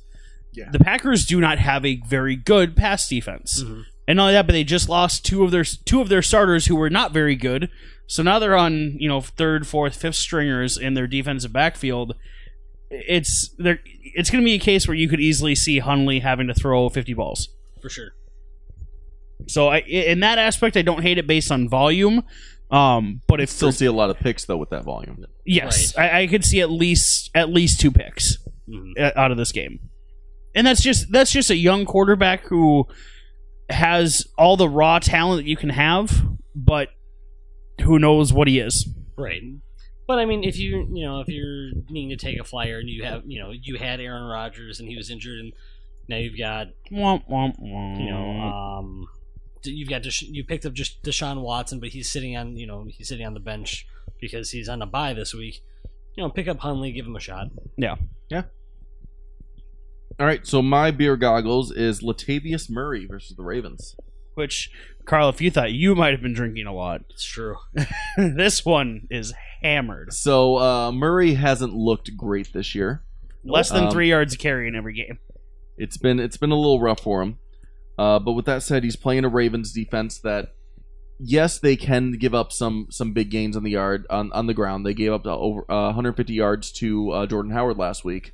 [SPEAKER 1] Yeah.
[SPEAKER 3] The Packers do not have a very good pass defense.
[SPEAKER 2] mhm.
[SPEAKER 3] and not only that, but they just lost two of their two of their starters who were not very good. So now they're on you know third, fourth, fifth stringers in their defensive backfield. It's they're it's going to be a case where you could easily see Hunley having to throw fifty balls.
[SPEAKER 2] for sure.
[SPEAKER 3] So I, in that aspect, I don't hate it based on volume. Um, but
[SPEAKER 1] I
[SPEAKER 3] if
[SPEAKER 1] still see a lot of picks though with that volume.
[SPEAKER 3] yes, I, I could see at least at least two picks
[SPEAKER 2] Mhm.
[SPEAKER 3] uh, out of this game. And that's just that's just a young quarterback who has all the raw talent that you can have, but who knows what he is.
[SPEAKER 2] Right. But I mean, if you you know if you're needing to take a flyer and you have you know you had Aaron Rodgers and he was injured and now you've got
[SPEAKER 3] Womp, womp, womp.
[SPEAKER 2] you know, um, d- you've got Desha- you picked up just Deshaun Watson, but he's sitting on you know he's sitting on the bench because he's on a bye this week. You know, pick up Hunley, give him a shot.
[SPEAKER 1] Yeah. All right, so my beer goggles is Latavius Murray versus the Ravens.
[SPEAKER 3] Which, Carl, if you thought you might have been drinking a lot,
[SPEAKER 2] It's true.
[SPEAKER 3] this one is hammered.
[SPEAKER 1] So uh, Murray hasn't looked great this year.
[SPEAKER 3] Less than
[SPEAKER 1] Um,
[SPEAKER 3] three yards a carry in every game.
[SPEAKER 1] It's been it's been a little rough for him. Uh, but with that said, he's playing a Ravens defense that, yes, they can give up some some big gains on the yard on, on the ground. They gave up uh, over uh, 150 yards to uh, Jordan Howard last week.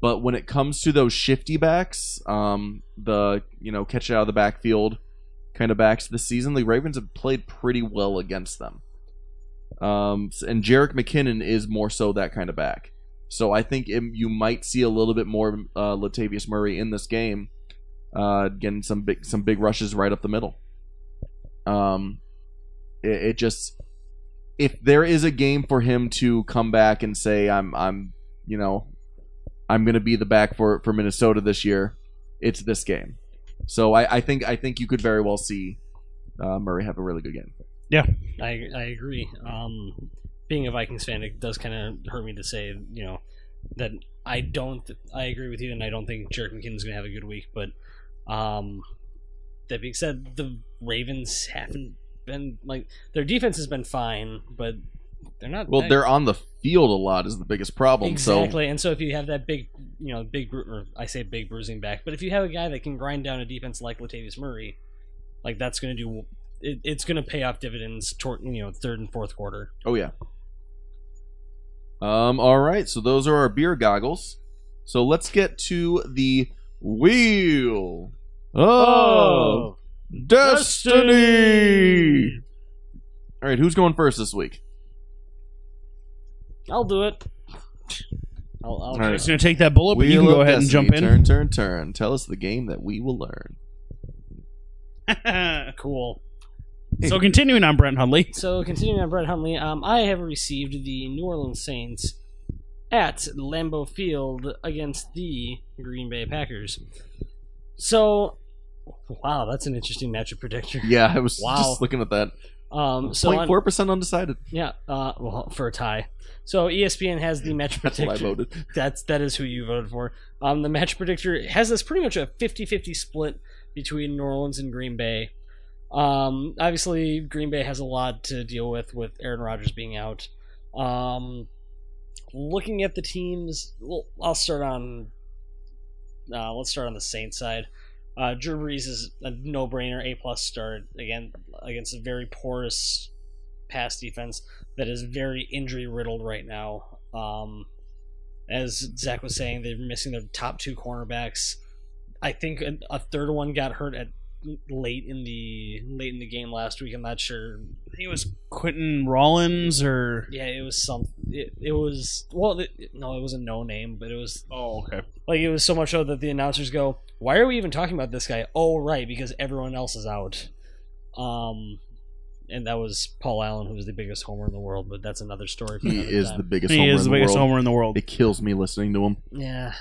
[SPEAKER 1] But when it comes to those shifty backs, um, the you know catch it out of the backfield kind of backs this season, the Ravens have played pretty well against them. Um, s- and Jarek McKinnon is more so that kind of back. So I think it, you might see a little bit more uh, Latavius Murray in this game, uh, getting some big some big rushes right up the middle. Um, it, it just if there is a game for him to come back and say I'm I'm you know I'm gonna be the back for for Minnesota this year, it's this game. So I, I think I think you could very well see uh, Murray have a really good game.
[SPEAKER 2] I I agree. Um, being a Vikings fan, it does kind of hurt me to say, you know, that I don't. I agree with you, and I don't think Jarek McKinnon's going to have a good week. But um, that being said, the Ravens haven't been like their defense has been fine, but they're not.
[SPEAKER 1] Well,
[SPEAKER 2] that-
[SPEAKER 1] they're on the field a lot is the biggest problem. So
[SPEAKER 2] Exactly, and so if you have that big, you know, big, bru- or I say big bruising back, but if you have a guy that can grind down a defense like Latavius Murray, like that's going to do, it, it's going to pay off dividends toward you know third and fourth quarter.
[SPEAKER 1] Oh yeah. Um. All right. So those are our beer goggles. So let's get to the wheel of destiny. All right. Who's going first this week?
[SPEAKER 2] I'll do it. I'll, I'll
[SPEAKER 1] right.
[SPEAKER 3] I'm just going to take that bullet, but
[SPEAKER 1] Wheel
[SPEAKER 3] you can go
[SPEAKER 1] of
[SPEAKER 3] ahead and
[SPEAKER 1] Destiny.
[SPEAKER 3] jump in.
[SPEAKER 1] Turn, turn, turn. Tell us the game that we will learn.
[SPEAKER 2] cool.
[SPEAKER 3] so continuing on Brent Hundley.
[SPEAKER 2] So continuing on Brett Hundley, um, I have received the New Orleans Saints at Lambeau Field against the Green Bay Packers. So, wow, that's an interesting matchup predictor.
[SPEAKER 1] Yeah, I was
[SPEAKER 2] Wow.
[SPEAKER 1] just looking at that.
[SPEAKER 2] Um, so
[SPEAKER 1] Point
[SPEAKER 2] on-
[SPEAKER 1] four percent undecided.
[SPEAKER 2] yeah, uh, well, for a tie. So E ESPN has the match
[SPEAKER 1] That's
[SPEAKER 2] predictor.
[SPEAKER 1] what I voted.
[SPEAKER 2] That's that is who you voted for. Um, the match predictor has this pretty much a 50-50 split between New Orleans and Green Bay. Um, obviously, Green Bay has a lot to deal with with Aaron Rodgers being out. Um, looking at the teams, well, I'll start on. Uh, let's start on the Saints side. Uh, Drew Brees is a no-brainer, A plus start again against a very porous pass defense that is very injury riddled right now. Um, as Zach was saying, they're missing their top two cornerbacks. I think a, a third one got hurt at late in the late in the game last week. I'm not sure.
[SPEAKER 3] I think it was Quentin Rollins or.
[SPEAKER 2] Yeah, it was some. It, it was well, it, no, it was a no name, but it was
[SPEAKER 3] Oh, okay.
[SPEAKER 2] like it was so much so that the announcers go, "Why are we even talking about this guy?" Oh, right, because everyone else is out. Um, and that was Paul Allen, who was the biggest homer in the world. But that's another story. For
[SPEAKER 1] He
[SPEAKER 2] another
[SPEAKER 1] is
[SPEAKER 2] time.
[SPEAKER 1] the biggest.
[SPEAKER 3] He
[SPEAKER 1] homer
[SPEAKER 3] is
[SPEAKER 1] in
[SPEAKER 3] the biggest
[SPEAKER 1] world.
[SPEAKER 3] homer in the world.
[SPEAKER 1] It kills me listening to him.
[SPEAKER 2] Yeah.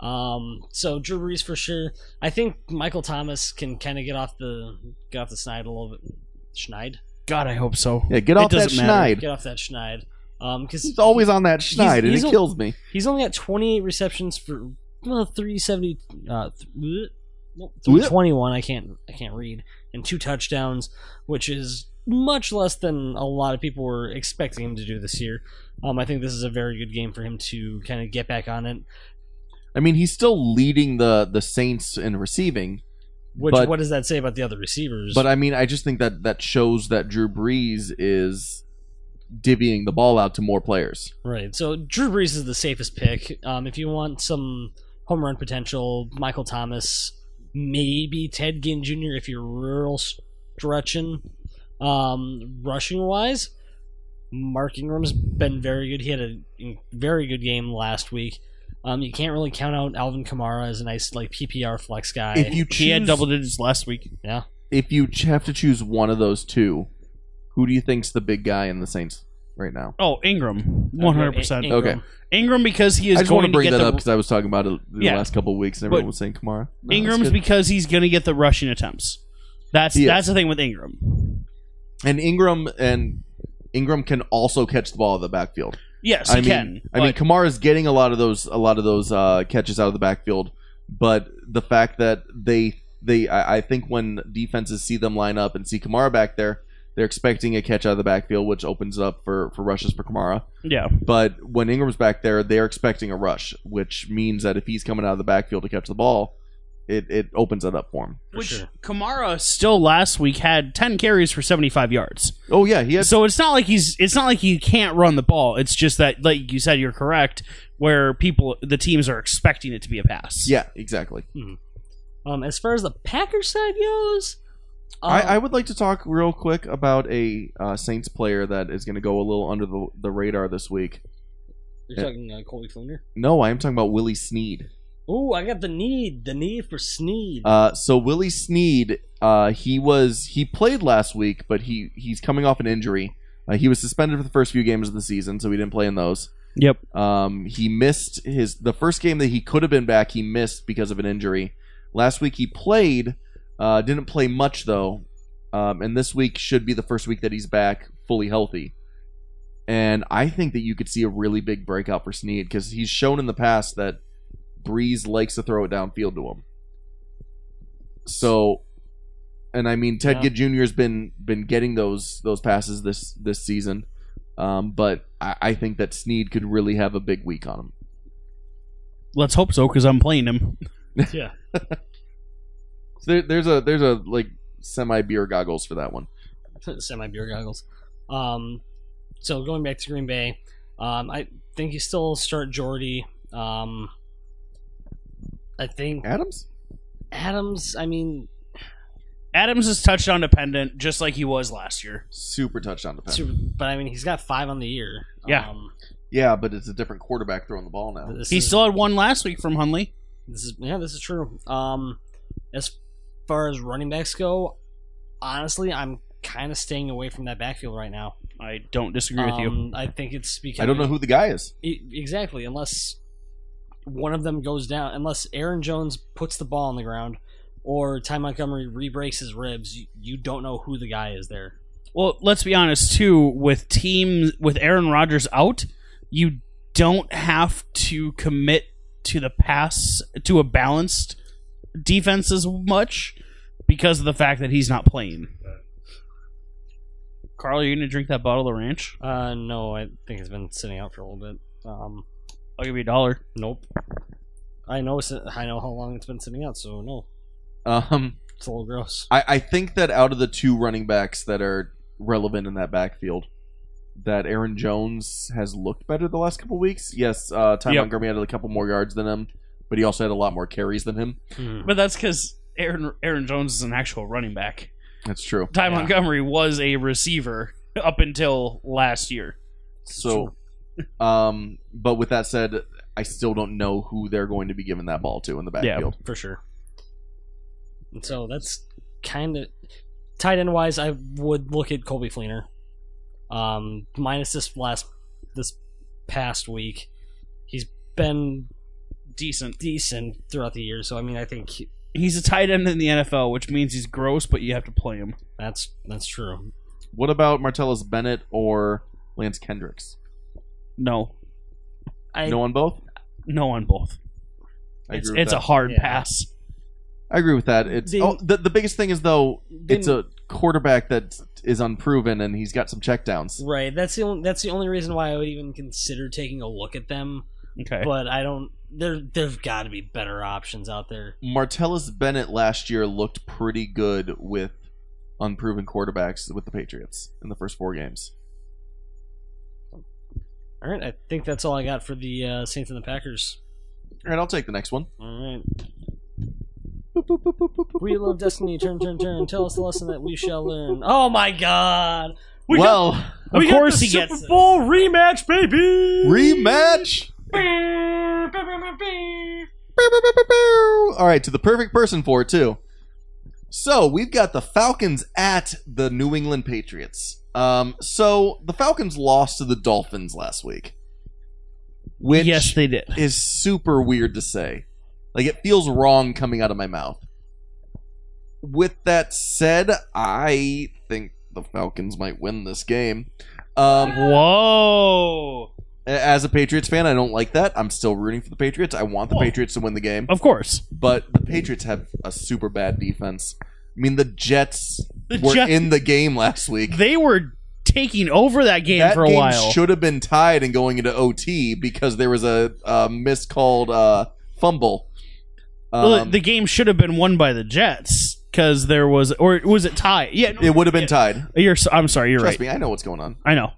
[SPEAKER 2] Um. So Drew Brees for sure. I think Michael Thomas can kind of get off the get off the snide a little bit. Schneid.
[SPEAKER 3] God, I hope so.
[SPEAKER 1] Yeah, get
[SPEAKER 3] It
[SPEAKER 1] off that
[SPEAKER 3] doesn't matter.
[SPEAKER 1] schneid.
[SPEAKER 2] Get off that Schneid. Um, because
[SPEAKER 1] He's always on that schneid, and
[SPEAKER 2] he's
[SPEAKER 1] it
[SPEAKER 2] a-
[SPEAKER 1] kills me.
[SPEAKER 2] he's only got 28 receptions for well, 370. Uh, th- bleh, nope,
[SPEAKER 1] Bleh.
[SPEAKER 2] 321. I can't. I can't read. And two touchdowns, which is much less than a lot of people were expecting him to do this year. Um, I think this is a very good game for him to kind of get back on it.
[SPEAKER 1] I mean, he's still leading the the Saints in receiving,
[SPEAKER 2] Which
[SPEAKER 1] But-
[SPEAKER 2] what does that say about the other receivers?
[SPEAKER 1] but I mean, I just think that that shows that Drew Brees is divvying the ball out to more players.
[SPEAKER 2] Right. So Drew Brees is the safest pick. Um, if you want some home run potential, Michael Thomas, maybe Ted Ginn Jr. if you're real stretching. Um, rushing wise, Mark Ingram's been very good. He had a very good game last week. Um, you can't really count out Alvin Kamara as a nice like PPR flex guy.
[SPEAKER 1] If you
[SPEAKER 3] He had
[SPEAKER 1] choose,
[SPEAKER 3] double digits last week.
[SPEAKER 1] if you ch- have to choose one of those two, who do you think's the big guy in the Saints right now?
[SPEAKER 3] Oh, Ingram, one hundred
[SPEAKER 2] In-
[SPEAKER 3] percent.
[SPEAKER 2] Ingram.
[SPEAKER 1] Okay.
[SPEAKER 3] Ingram because he is
[SPEAKER 1] I just want
[SPEAKER 3] going
[SPEAKER 1] to bring
[SPEAKER 3] get
[SPEAKER 1] that
[SPEAKER 3] the,
[SPEAKER 1] up because I was talking about it the
[SPEAKER 3] Yeah.
[SPEAKER 1] last couple of weeks, and everyone
[SPEAKER 3] But
[SPEAKER 1] was saying Kamara. No, that's
[SPEAKER 3] Ingram's
[SPEAKER 1] good.
[SPEAKER 3] because he's going to get the rushing attempts. That's
[SPEAKER 1] He is.
[SPEAKER 3] that's the thing with Ingram.
[SPEAKER 1] and Ingram and Ingram can also catch the ball in the backfield.
[SPEAKER 3] Yes,
[SPEAKER 1] I
[SPEAKER 3] he
[SPEAKER 1] mean,
[SPEAKER 3] can.
[SPEAKER 1] I mean,
[SPEAKER 3] but-
[SPEAKER 1] Kamara's getting a lot of those a lot of those uh, catches out of the backfield, but the fact that they they I, I think when defenses see them line up and see Kamara back there, they're expecting a catch out of the backfield, which opens up for for rushes for Kamara.
[SPEAKER 3] yeah,
[SPEAKER 1] But when Ingram's back there, they're expecting a rush, which means that if he's coming out of the backfield to catch the ball, it it opens it up for him.
[SPEAKER 2] For
[SPEAKER 3] which
[SPEAKER 2] sure.
[SPEAKER 3] Kamara still last week had ten carries for seventy five yards.
[SPEAKER 1] Oh yeah, he had
[SPEAKER 3] So it's not like he's it's not like he can't run the ball. It's just that like you said, you're correct. Where people the teams are expecting it to be a pass.
[SPEAKER 1] yeah exactly.
[SPEAKER 2] Um, as far as the Packers side goes, uh,
[SPEAKER 1] I, I would like to talk real quick about a uh, Saints player that is going to go a little under the, the radar this week.
[SPEAKER 2] you're talking uh, Colby Klinger.
[SPEAKER 1] No, I am talking about Willie Sneed.
[SPEAKER 2] Oh, I got the need, the need for Sneed.
[SPEAKER 1] Uh, so Willie Sneed, uh, he was he played last week, but he he's coming off an injury. Uh, he was suspended for the first few games of the season, so he didn't play in those.
[SPEAKER 3] Yep.
[SPEAKER 1] Um, he missed his the first game that he could have been back. He missed because of an injury. Last week he played, uh, didn't play much though, um, and this week should be the first week that he's back fully healthy. And I think that you could see a really big breakout for Snead because he's shown in the past that Breeze likes to throw it downfield to him. So, and I mean Ted
[SPEAKER 2] Yeah.
[SPEAKER 1] Gitt Jr. has been been getting those those passes this this season. Um, but I, I think that Sneed could really have a big week on him.
[SPEAKER 3] Let's hope so because I'm playing him.
[SPEAKER 2] yeah.
[SPEAKER 1] So there, there's a there's a like semi beer goggles for that one.
[SPEAKER 2] semi beer goggles. Um, so going back to Green Bay, um, I think you still start Jordy. Um, I think
[SPEAKER 1] Adams.
[SPEAKER 2] Adams. I mean,
[SPEAKER 3] Adams is touchdown dependent, just like he was last year.
[SPEAKER 1] Super touchdown dependent.
[SPEAKER 2] super, but I mean, he's got five on the year.
[SPEAKER 3] Yeah.
[SPEAKER 2] Um,
[SPEAKER 1] Yeah, but it's a different quarterback throwing the ball now.
[SPEAKER 2] this
[SPEAKER 3] He
[SPEAKER 2] is-
[SPEAKER 3] still had one last week from Hunley.
[SPEAKER 2] This is yeah, this is true. Um, as far as running backs go, honestly, I'm kind of staying away from that backfield right now.
[SPEAKER 3] I don't disagree with you.
[SPEAKER 2] Um, I think it's because
[SPEAKER 1] I don't know who the guy is.
[SPEAKER 2] E- exactly, unless one of them goes down, unless Aaron Jones puts the ball on the ground or Ty Montgomery re-breaks his ribs, you, you don't know who the guy is there.
[SPEAKER 3] Well, let's be honest too. With teams with Aaron Rodgers out, you don't have to commit to the pass to a balanced defense as much because of the fact that he's not playing. Carl, are you gonna drink that bottle of ranch?
[SPEAKER 2] Uh, no, I think it's been sitting out for a little bit. Um,
[SPEAKER 3] I'll give you a dollar.
[SPEAKER 2] nope. I know, it's- I know how long it's been sitting out, so no,
[SPEAKER 1] Um,
[SPEAKER 2] it's a little gross.
[SPEAKER 1] I, I think that out of the two running backs that are relevant in that backfield, that Aaron Jones has looked better the last couple weeks. Yes, uh, Ty
[SPEAKER 3] Yep.
[SPEAKER 1] Montgomery had a couple more yards than him, but he also had a lot more carries than him.
[SPEAKER 3] But that's because Aaron Aaron Jones is an actual running back.
[SPEAKER 1] That's true.
[SPEAKER 3] Ty
[SPEAKER 2] Yeah.
[SPEAKER 3] Montgomery was a receiver up until last year.
[SPEAKER 1] So, um, but with that said, I still don't know who they're going to be giving that ball to in the backfield.
[SPEAKER 2] for sure. And so that's kind of tight end wise. I would look at Colby Fleener, um, minus this last this past week. He's been
[SPEAKER 3] Decent.
[SPEAKER 2] decent throughout the year, so I mean, I think he-
[SPEAKER 3] He's a tight end in the NFL, which means he's gross, but you have to play him.
[SPEAKER 2] that's that's true.
[SPEAKER 1] What about Martellus Bennett or Lance Kendricks?
[SPEAKER 3] No,
[SPEAKER 2] I
[SPEAKER 1] no on both.
[SPEAKER 3] no on both.
[SPEAKER 1] I
[SPEAKER 3] it's
[SPEAKER 1] agree. With
[SPEAKER 3] it's a
[SPEAKER 1] that.
[SPEAKER 3] hard
[SPEAKER 2] Yeah.
[SPEAKER 3] pass.
[SPEAKER 1] I agree with that. It's
[SPEAKER 2] They-
[SPEAKER 1] oh, the, the biggest thing is though
[SPEAKER 2] they-
[SPEAKER 1] it's a quarterback that is unproven and he's got some checkdowns.
[SPEAKER 2] right. That's the only, that's the only reason why I would even consider taking a look at them.
[SPEAKER 3] Okay,
[SPEAKER 2] But I don't. There there've got to be better options out there.
[SPEAKER 1] Martellus Bennett last year looked pretty good with unproven quarterbacks with the Patriots in the first four games.
[SPEAKER 2] All right, I think that's all I got for the uh, Saints and the Packers.
[SPEAKER 1] All right, I'll take the next one.
[SPEAKER 2] All right.
[SPEAKER 1] Boop, boop, boop, boop, boop, boop,
[SPEAKER 2] We love destiny. Turn, turn, turn. Tell us the lesson that we shall learn. Oh my god!
[SPEAKER 3] We
[SPEAKER 1] well,
[SPEAKER 3] of course he gets it.
[SPEAKER 2] Bowl rematch, baby.
[SPEAKER 1] rematch. Bow, bow, bow, bow, bow. All right, to the perfect person for it too. So we've got the Falcons at the New England Patriots. Um, so the Falcons lost to the Dolphins last week, which
[SPEAKER 3] yes, they did.
[SPEAKER 1] is super weird to say. Like it feels wrong coming out of my mouth. With that said, I think the Falcons might win this game. Um,
[SPEAKER 3] Whoa!
[SPEAKER 1] As a Patriots fan, I don't like that. I'm still rooting for the Patriots. I want the
[SPEAKER 3] Well-
[SPEAKER 1] Patriots to win the game,
[SPEAKER 3] Of course.
[SPEAKER 1] but the Patriots have a super bad defense. I mean, the Jets
[SPEAKER 3] The
[SPEAKER 1] were
[SPEAKER 3] Jets-
[SPEAKER 1] in the game last week.
[SPEAKER 3] They were taking over that game
[SPEAKER 1] that
[SPEAKER 3] for a
[SPEAKER 1] game
[SPEAKER 3] while.
[SPEAKER 1] should have been tied and going into OT because there was a, a miscalled uh, fumble.
[SPEAKER 3] Well,
[SPEAKER 1] Um,
[SPEAKER 3] the game should have been won by the Jets because there was, or was it tie? Yeah, no,
[SPEAKER 1] it would have been tied.
[SPEAKER 3] You're, so- I'm sorry, you're
[SPEAKER 1] Trust me,
[SPEAKER 3] right.
[SPEAKER 1] I know what's going on.
[SPEAKER 3] I know.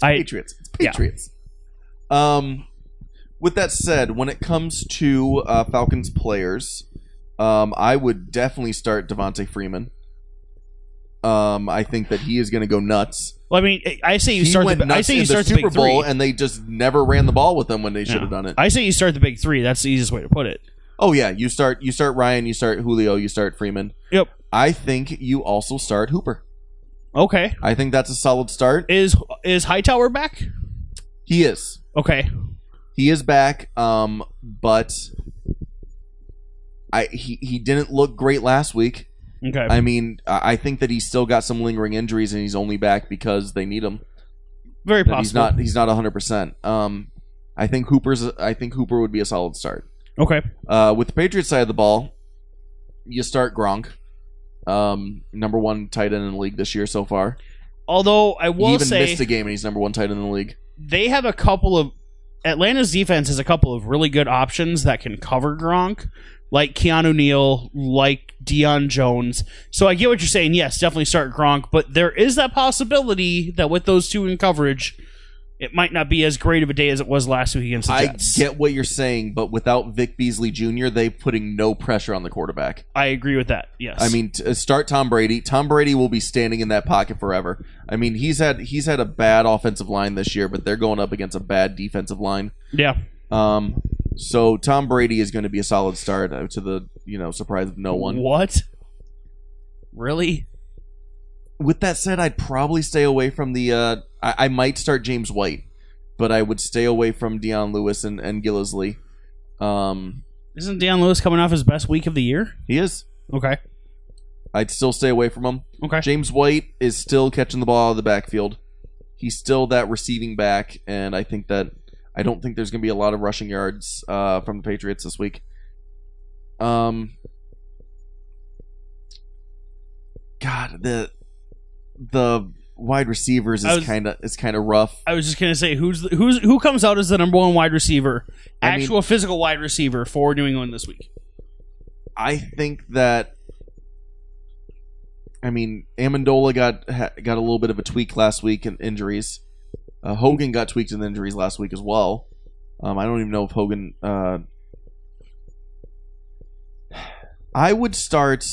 [SPEAKER 3] I
[SPEAKER 1] Patriots. It's
[SPEAKER 3] Yeah.
[SPEAKER 1] Patriots. Um, with that said, when it comes to uh, Falcons players, um, I would definitely start Devontae Freeman. Um, I think that he is going to go nuts.
[SPEAKER 3] well, I mean, I say you
[SPEAKER 1] he
[SPEAKER 3] start.
[SPEAKER 1] went
[SPEAKER 3] The,
[SPEAKER 1] nuts
[SPEAKER 3] I say you
[SPEAKER 1] in
[SPEAKER 3] start
[SPEAKER 1] the
[SPEAKER 3] the,
[SPEAKER 1] Super
[SPEAKER 3] big
[SPEAKER 1] Bowl,
[SPEAKER 3] three.
[SPEAKER 1] and they just never ran the ball with them when they should have
[SPEAKER 3] No.
[SPEAKER 1] done it.
[SPEAKER 3] I say you start the big three. That's the easiest way to put it.
[SPEAKER 1] oh yeah, you start. You start Ryan. You start Julio. You start Freeman.
[SPEAKER 3] Yep.
[SPEAKER 1] I think you also start Hooper.
[SPEAKER 3] Okay.
[SPEAKER 1] I think that's a solid start.
[SPEAKER 3] Is is Hightower back?
[SPEAKER 1] He is.
[SPEAKER 3] Okay.
[SPEAKER 1] he is back um but i he, he didn't look great last week
[SPEAKER 3] Okay.
[SPEAKER 1] i mean i I think that he's still got some lingering injuries and he's only back because they need him
[SPEAKER 3] Very
[SPEAKER 1] That
[SPEAKER 3] possible.
[SPEAKER 1] he's not he's not 100% um i think hooper's i think hooper would be a solid start
[SPEAKER 3] okay.
[SPEAKER 1] uh with the patriots side of the ball you start gronk um number one tight end in the league this year so far
[SPEAKER 3] Although I
[SPEAKER 1] he
[SPEAKER 3] will
[SPEAKER 1] even
[SPEAKER 3] say
[SPEAKER 1] missed a game and he's number one tight end in the league
[SPEAKER 3] they have a couple of Atlanta's defense has a couple of really good options that can cover Gronk, like Keanu Neal, like Deion Jones. So I get what you're saying. Yes, definitely start Gronk, but there is that possibility that with those two in coverage, it might not be as great of a day as it was last week against the
[SPEAKER 1] I
[SPEAKER 3] Jets.
[SPEAKER 1] get what you're saying, but without Vic Beasley Jr., they putting no pressure on the quarterback.
[SPEAKER 3] I agree with that. Yes.
[SPEAKER 1] I mean, t- uh, start Tom Brady. Tom Brady will be standing in that pocket forever. I mean, he's had he's had a bad offensive line this year, but they're going up against a bad defensive line.
[SPEAKER 3] yeah.
[SPEAKER 1] Um, so Tom Brady is going to be a solid start uh, to the you know surprise of no one.
[SPEAKER 3] What? Really?
[SPEAKER 1] With that said, I'd probably stay away from the. Uh, I, I might start James White, but I would stay away from Deion Lewis and and Gillisley. Um,
[SPEAKER 3] Isn't Deion Lewis coming off his best week of the year?
[SPEAKER 1] he is.
[SPEAKER 3] Okay.
[SPEAKER 1] I'd still stay away from him.
[SPEAKER 3] Okay.
[SPEAKER 1] James White is still catching the ball out of the backfield. He's still that receiving back, and I think that I don't think there's going to be a lot of rushing yards uh, from the Patriots this week. Um, God, the the wide receivers
[SPEAKER 3] I
[SPEAKER 1] is
[SPEAKER 3] was-
[SPEAKER 1] kind of is kind of rough.
[SPEAKER 3] I was just gonna say who's the, who's who comes out as the number one wide receiver,
[SPEAKER 1] I mean-
[SPEAKER 3] actual physical wide receiver for New England this week.
[SPEAKER 1] I think that. I mean, Amendola got ha- got a little bit of a tweak last week in injuries. Uh, Hogan got tweaked in injuries last week as well. Um, I don't even know if Hogan. Uh, I would start.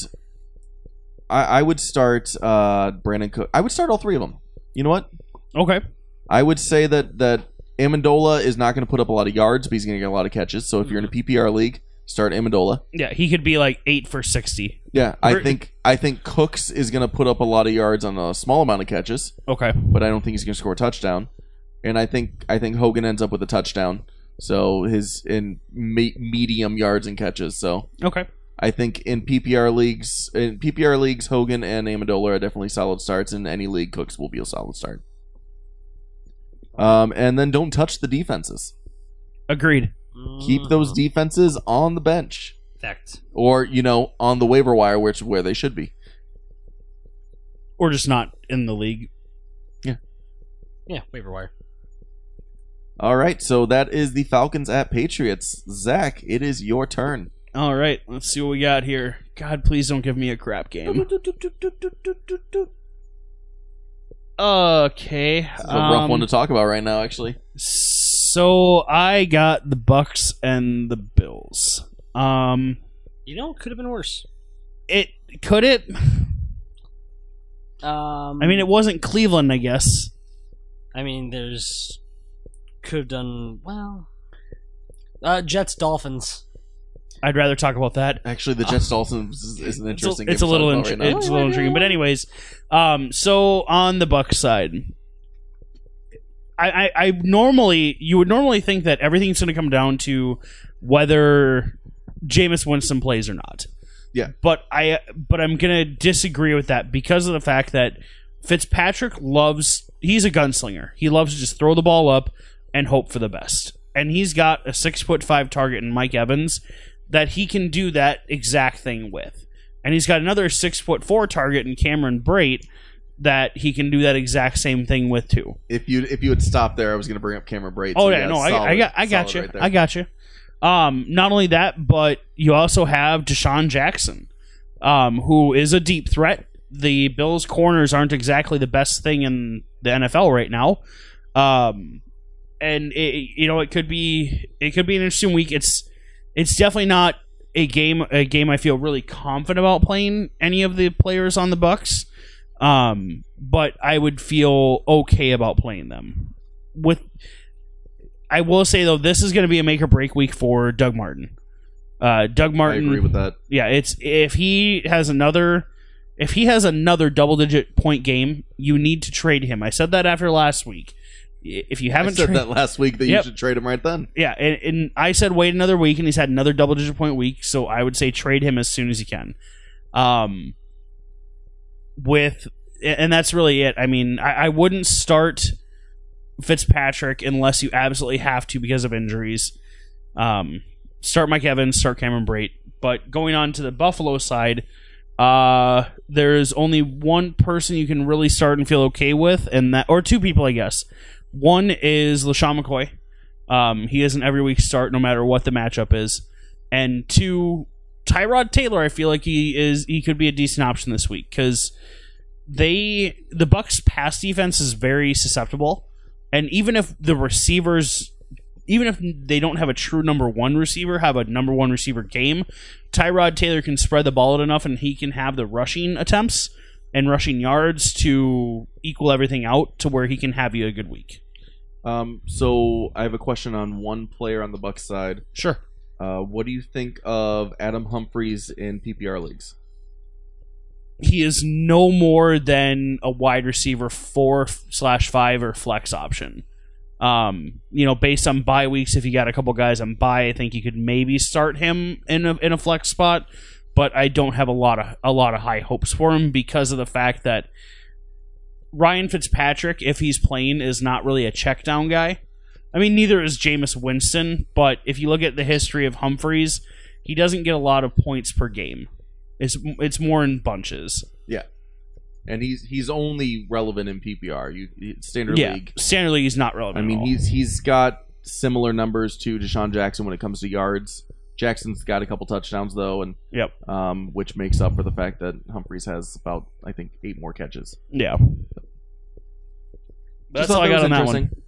[SPEAKER 1] I, I would start uh, Brandon Cook. I would start all three of them. You know what?
[SPEAKER 3] Okay,
[SPEAKER 1] I would say that that Amendola is not going to put up a lot of yards, but he's going to get a lot of catches. So if you're in a PPR league, start Amendola.
[SPEAKER 3] yeah, he could be like eight for sixty.
[SPEAKER 1] Yeah, I
[SPEAKER 3] Ver-
[SPEAKER 1] think I think Cooks is going to put up a lot of yards on a small amount of catches,
[SPEAKER 3] Okay,
[SPEAKER 1] but I don't think he's going to score a touchdown. And I think I think Hogan ends up with a touchdown, so his in me- medium yards and catches. So
[SPEAKER 3] okay,
[SPEAKER 1] I think in PPR leagues, in PPR leagues, Hogan and Amendola are definitely solid starts. In any league, Cooks will be a solid start. Um, and then don't touch the defenses.
[SPEAKER 3] agreed.
[SPEAKER 2] Mm.
[SPEAKER 1] Keep
[SPEAKER 2] Uh-huh.
[SPEAKER 1] those defenses on the bench
[SPEAKER 2] Fact.
[SPEAKER 1] or you know on the waiver wire, which where they should be.
[SPEAKER 3] Or just not in the league.
[SPEAKER 2] Yeah, waiver wire.
[SPEAKER 1] All right, so that is the Falcons at Patriots. Zach, it is your turn.
[SPEAKER 3] All right, let's see what we got here. God, please don't give me a crap game. Okay,
[SPEAKER 1] It's a rough
[SPEAKER 3] um,
[SPEAKER 1] one to talk about right now, actually.
[SPEAKER 3] so I got the Bucks and the Bills. Um,
[SPEAKER 2] You know, could have been worse.
[SPEAKER 3] it could it.
[SPEAKER 2] Um,
[SPEAKER 3] I mean, it wasn't Cleveland, I guess.
[SPEAKER 2] I mean, there's could have done well. Uh, Jets Dolphins.
[SPEAKER 3] I'd rather talk about that.
[SPEAKER 1] Actually, the Jets Dolphins is, is an
[SPEAKER 3] It's a-
[SPEAKER 1] interesting.
[SPEAKER 3] It's, a
[SPEAKER 1] game to
[SPEAKER 3] little
[SPEAKER 1] talk about
[SPEAKER 3] intri-
[SPEAKER 1] right now.
[SPEAKER 3] it's a little intriguing, but anyways, um, so on the Buck side, I, I, I normally you would normally think that everything's going to come down to whether Jameis Winston plays or not.
[SPEAKER 1] Yeah.
[SPEAKER 3] but I but I'm going to disagree with that because of the fact that Fitzpatrick loves he's a gunslinger. He loves to just throw the ball up, and hope for the best. And he's got a six foot five target in Mike Evans that he can do that exact thing with. And he's got another six foot four target in Cameron Brait that he can do that exact same thing with too.
[SPEAKER 1] If you if you had stopped there, I was going to bring up Cameron Braid.
[SPEAKER 3] Oh yeah, no, I, I got, I got you, I got you. Um, not only that, but you also have Deshaun Jackson, um, who is a deep threat. The Bills' corners aren't exactly the best thing in the NFL right now, um, and it, you know it could be it could be an interesting week. It's it's definitely not a game a game I feel really confident about playing any of the players on the Bucks, um, but I would feel okay about playing them with I will say though, this is going to be a make or break week for Doug Martin. Uh, Doug Martin,
[SPEAKER 1] I agree with that.
[SPEAKER 3] yeah, it's if he has another, if he has another double-digit point game, you need to trade him. I said that after last week. I- If you
[SPEAKER 1] I
[SPEAKER 3] haven't
[SPEAKER 1] said
[SPEAKER 3] tra-
[SPEAKER 1] that last week that
[SPEAKER 3] Yep.
[SPEAKER 1] you should trade him right then.
[SPEAKER 3] yeah, and, and I said wait another week, and he's had another double-digit point week, so I would say trade him as soon as you can. Um, with and that's really it. I mean, I, I wouldn't start Fitzpatrick unless you absolutely have to because of injuries. Um, start Mike Evans, start Cameron Brait. But going on to the Buffalo side, uh, there's only one person you can really start and feel okay with, and that or two people, I guess. One is LaShawn McCoy. Um, he is an every week start no matter what the matchup is. And two, Tyrod Taylor, I feel like he is he could be a decent option this week because they the Bucks pass defense is very susceptible. And even if the receivers even if they don't have a true number one receiver, have a number one receiver game, Tyrod Taylor can spread the ball out enough and he can have the rushing attempts and rushing yards to equal everything out to where he can have you a good week.
[SPEAKER 1] Um, so I have a question on one player on the Bucks side.
[SPEAKER 3] Sure.
[SPEAKER 1] Uh, what do you think of Adam Humphreys in PPR leagues?
[SPEAKER 3] he is no more than a wide receiver four slash five or flex option. Um, you know, based on bye weeks, if you got a couple guys on bye, I think you could maybe start him in a in a flex spot. But I don't have a lot of a lot of high hopes for him because of the fact that Ryan Fitzpatrick, if he's playing, is not really a check down guy. I mean, neither is Jameis Winston, but if you look at the history of Humphreys, he doesn't get a lot of points per game. It's it's more in bunches.
[SPEAKER 1] And he's he's only relevant in PPR. You- You standard
[SPEAKER 3] yeah,
[SPEAKER 1] league.
[SPEAKER 3] standard league is not relevant.
[SPEAKER 1] I
[SPEAKER 3] at
[SPEAKER 1] mean,
[SPEAKER 3] all.
[SPEAKER 1] he's he's got similar numbers to Deshaun Jackson when it comes to yards. Jackson's got a couple touchdowns though, and
[SPEAKER 3] Yep.
[SPEAKER 1] um, which makes up for the fact that Humphreys has about I think eight more catches.
[SPEAKER 3] yeah. That's
[SPEAKER 1] Just
[SPEAKER 3] all
[SPEAKER 1] thought
[SPEAKER 3] I got
[SPEAKER 1] was
[SPEAKER 3] on that one.
[SPEAKER 1] interesting.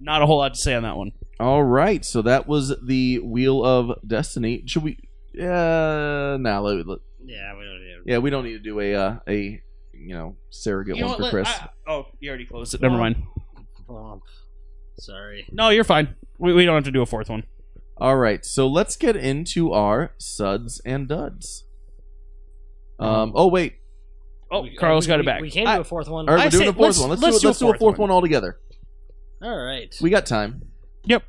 [SPEAKER 3] Not a whole lot to say on that one.
[SPEAKER 1] All right, so that was the Wheel of Destiny. Should we? Uh, nah, let, let-
[SPEAKER 2] Yeah, we don't need it.
[SPEAKER 1] yeah, we don't need to do a uh, a you know surrogate
[SPEAKER 3] You know
[SPEAKER 1] one
[SPEAKER 3] what,
[SPEAKER 1] for Chris.
[SPEAKER 3] let- I- oh, you already closed it. Never
[SPEAKER 2] Oh.
[SPEAKER 3] mind.
[SPEAKER 2] Bump. Sorry.
[SPEAKER 3] No, you're fine. We, we don't have to do a fourth one.
[SPEAKER 1] All right, so let's get into our suds and duds.
[SPEAKER 3] Uh-huh.
[SPEAKER 1] Um. Oh wait,
[SPEAKER 3] Oh,
[SPEAKER 1] uh,
[SPEAKER 2] We- uh,
[SPEAKER 3] Carlos
[SPEAKER 2] we-
[SPEAKER 3] got it
[SPEAKER 2] we-
[SPEAKER 3] back.
[SPEAKER 2] We can't
[SPEAKER 1] I-
[SPEAKER 2] do a fourth one.
[SPEAKER 1] all right,
[SPEAKER 3] I
[SPEAKER 1] we're doing
[SPEAKER 3] say-
[SPEAKER 1] a fourth
[SPEAKER 3] let's-
[SPEAKER 1] one. Let's,
[SPEAKER 3] let's
[SPEAKER 1] do, a- let's do a fourth one, altogether.
[SPEAKER 2] All right.
[SPEAKER 1] We got time.
[SPEAKER 3] Yep.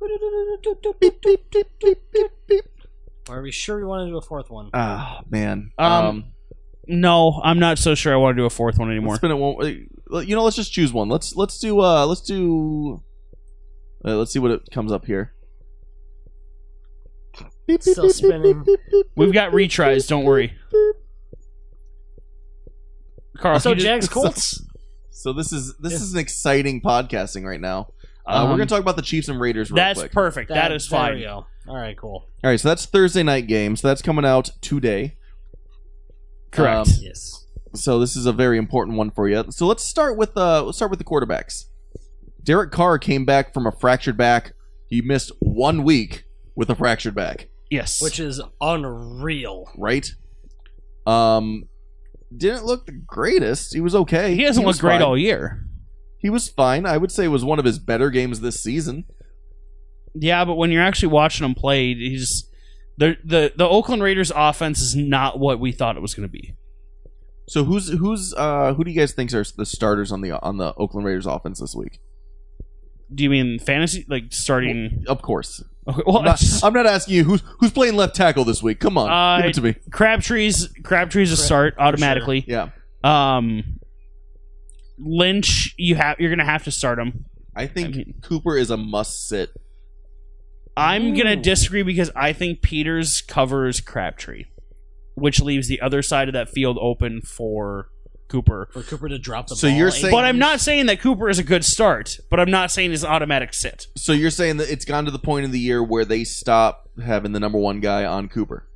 [SPEAKER 1] Beep, beep, beep, beep, beep, beep.
[SPEAKER 2] Are we sure we want to do a fourth one?
[SPEAKER 1] Ah man.
[SPEAKER 3] Um, no, I'm not so sure I want to do a fourth one anymore.
[SPEAKER 1] Let's spin it one. uh, You know, let's just choose one. Let's let's do uh let's do. Uh, let's see what it comes up here. Beep,
[SPEAKER 2] Still spinning.
[SPEAKER 3] We've got retries. Don't worry. Carlos,
[SPEAKER 2] so
[SPEAKER 3] you did-
[SPEAKER 2] Jags Colts.
[SPEAKER 1] So this is this
[SPEAKER 2] Yeah.
[SPEAKER 1] is an exciting podcasting right now. Uh,
[SPEAKER 3] Um,
[SPEAKER 1] we're gonna talk about the Chiefs and Raiders real
[SPEAKER 3] That's
[SPEAKER 1] quick.
[SPEAKER 3] perfect. that is
[SPEAKER 2] there
[SPEAKER 3] fine.
[SPEAKER 2] we go. All right, cool.
[SPEAKER 1] All right, so that's Thursday night game. So that's coming out today.
[SPEAKER 3] Correct.
[SPEAKER 1] Um,
[SPEAKER 2] Yes.
[SPEAKER 1] so this is a very important one for you. So let's start with uh let's start with the quarterbacks. Derek Carr came back from a fractured back. He missed one week with a fractured back,
[SPEAKER 3] yes.
[SPEAKER 2] Which is unreal.
[SPEAKER 1] right? Um didn't look the greatest. He was okay.
[SPEAKER 3] he hasn't
[SPEAKER 1] was
[SPEAKER 3] looked great
[SPEAKER 1] fine.
[SPEAKER 3] all year.
[SPEAKER 1] He was fine. I would say it was one of his better games this season.
[SPEAKER 3] Yeah, but when you're actually watching him play, he's the the the Oakland Raiders offense is not what we thought it was going to be.
[SPEAKER 1] So who's who's uh who do you guys think are the starters on the on the Oakland Raiders offense this week?
[SPEAKER 3] Do you mean fantasy like starting?
[SPEAKER 1] Of course.
[SPEAKER 3] Okay, well,
[SPEAKER 1] I'm not, I'm not asking you who's who's playing left tackle this week. Come on,
[SPEAKER 3] Uh,
[SPEAKER 1] give it to me.
[SPEAKER 3] Crabtree's Crabtree's a
[SPEAKER 2] Cra-
[SPEAKER 3] start automatically.
[SPEAKER 1] Yeah,
[SPEAKER 3] Um, Lynch, you have you're going to have to start him.
[SPEAKER 1] I think
[SPEAKER 3] I mean-
[SPEAKER 1] Cooper is a must sit.
[SPEAKER 3] I'm gonna
[SPEAKER 2] Ooh.
[SPEAKER 3] disagree because I think Peters covers Crabtree, which leaves the other side of that field open for Cooper.
[SPEAKER 2] for Cooper to drop the
[SPEAKER 1] So
[SPEAKER 2] ball.
[SPEAKER 1] you're
[SPEAKER 2] eight
[SPEAKER 1] saying-
[SPEAKER 3] But I'm not
[SPEAKER 2] times.
[SPEAKER 3] saying that Cooper is a good start, but I'm not saying he's an automatic sit.
[SPEAKER 1] So you're saying that it's gone to the point of the year where they stop having the number one guy on Cooper.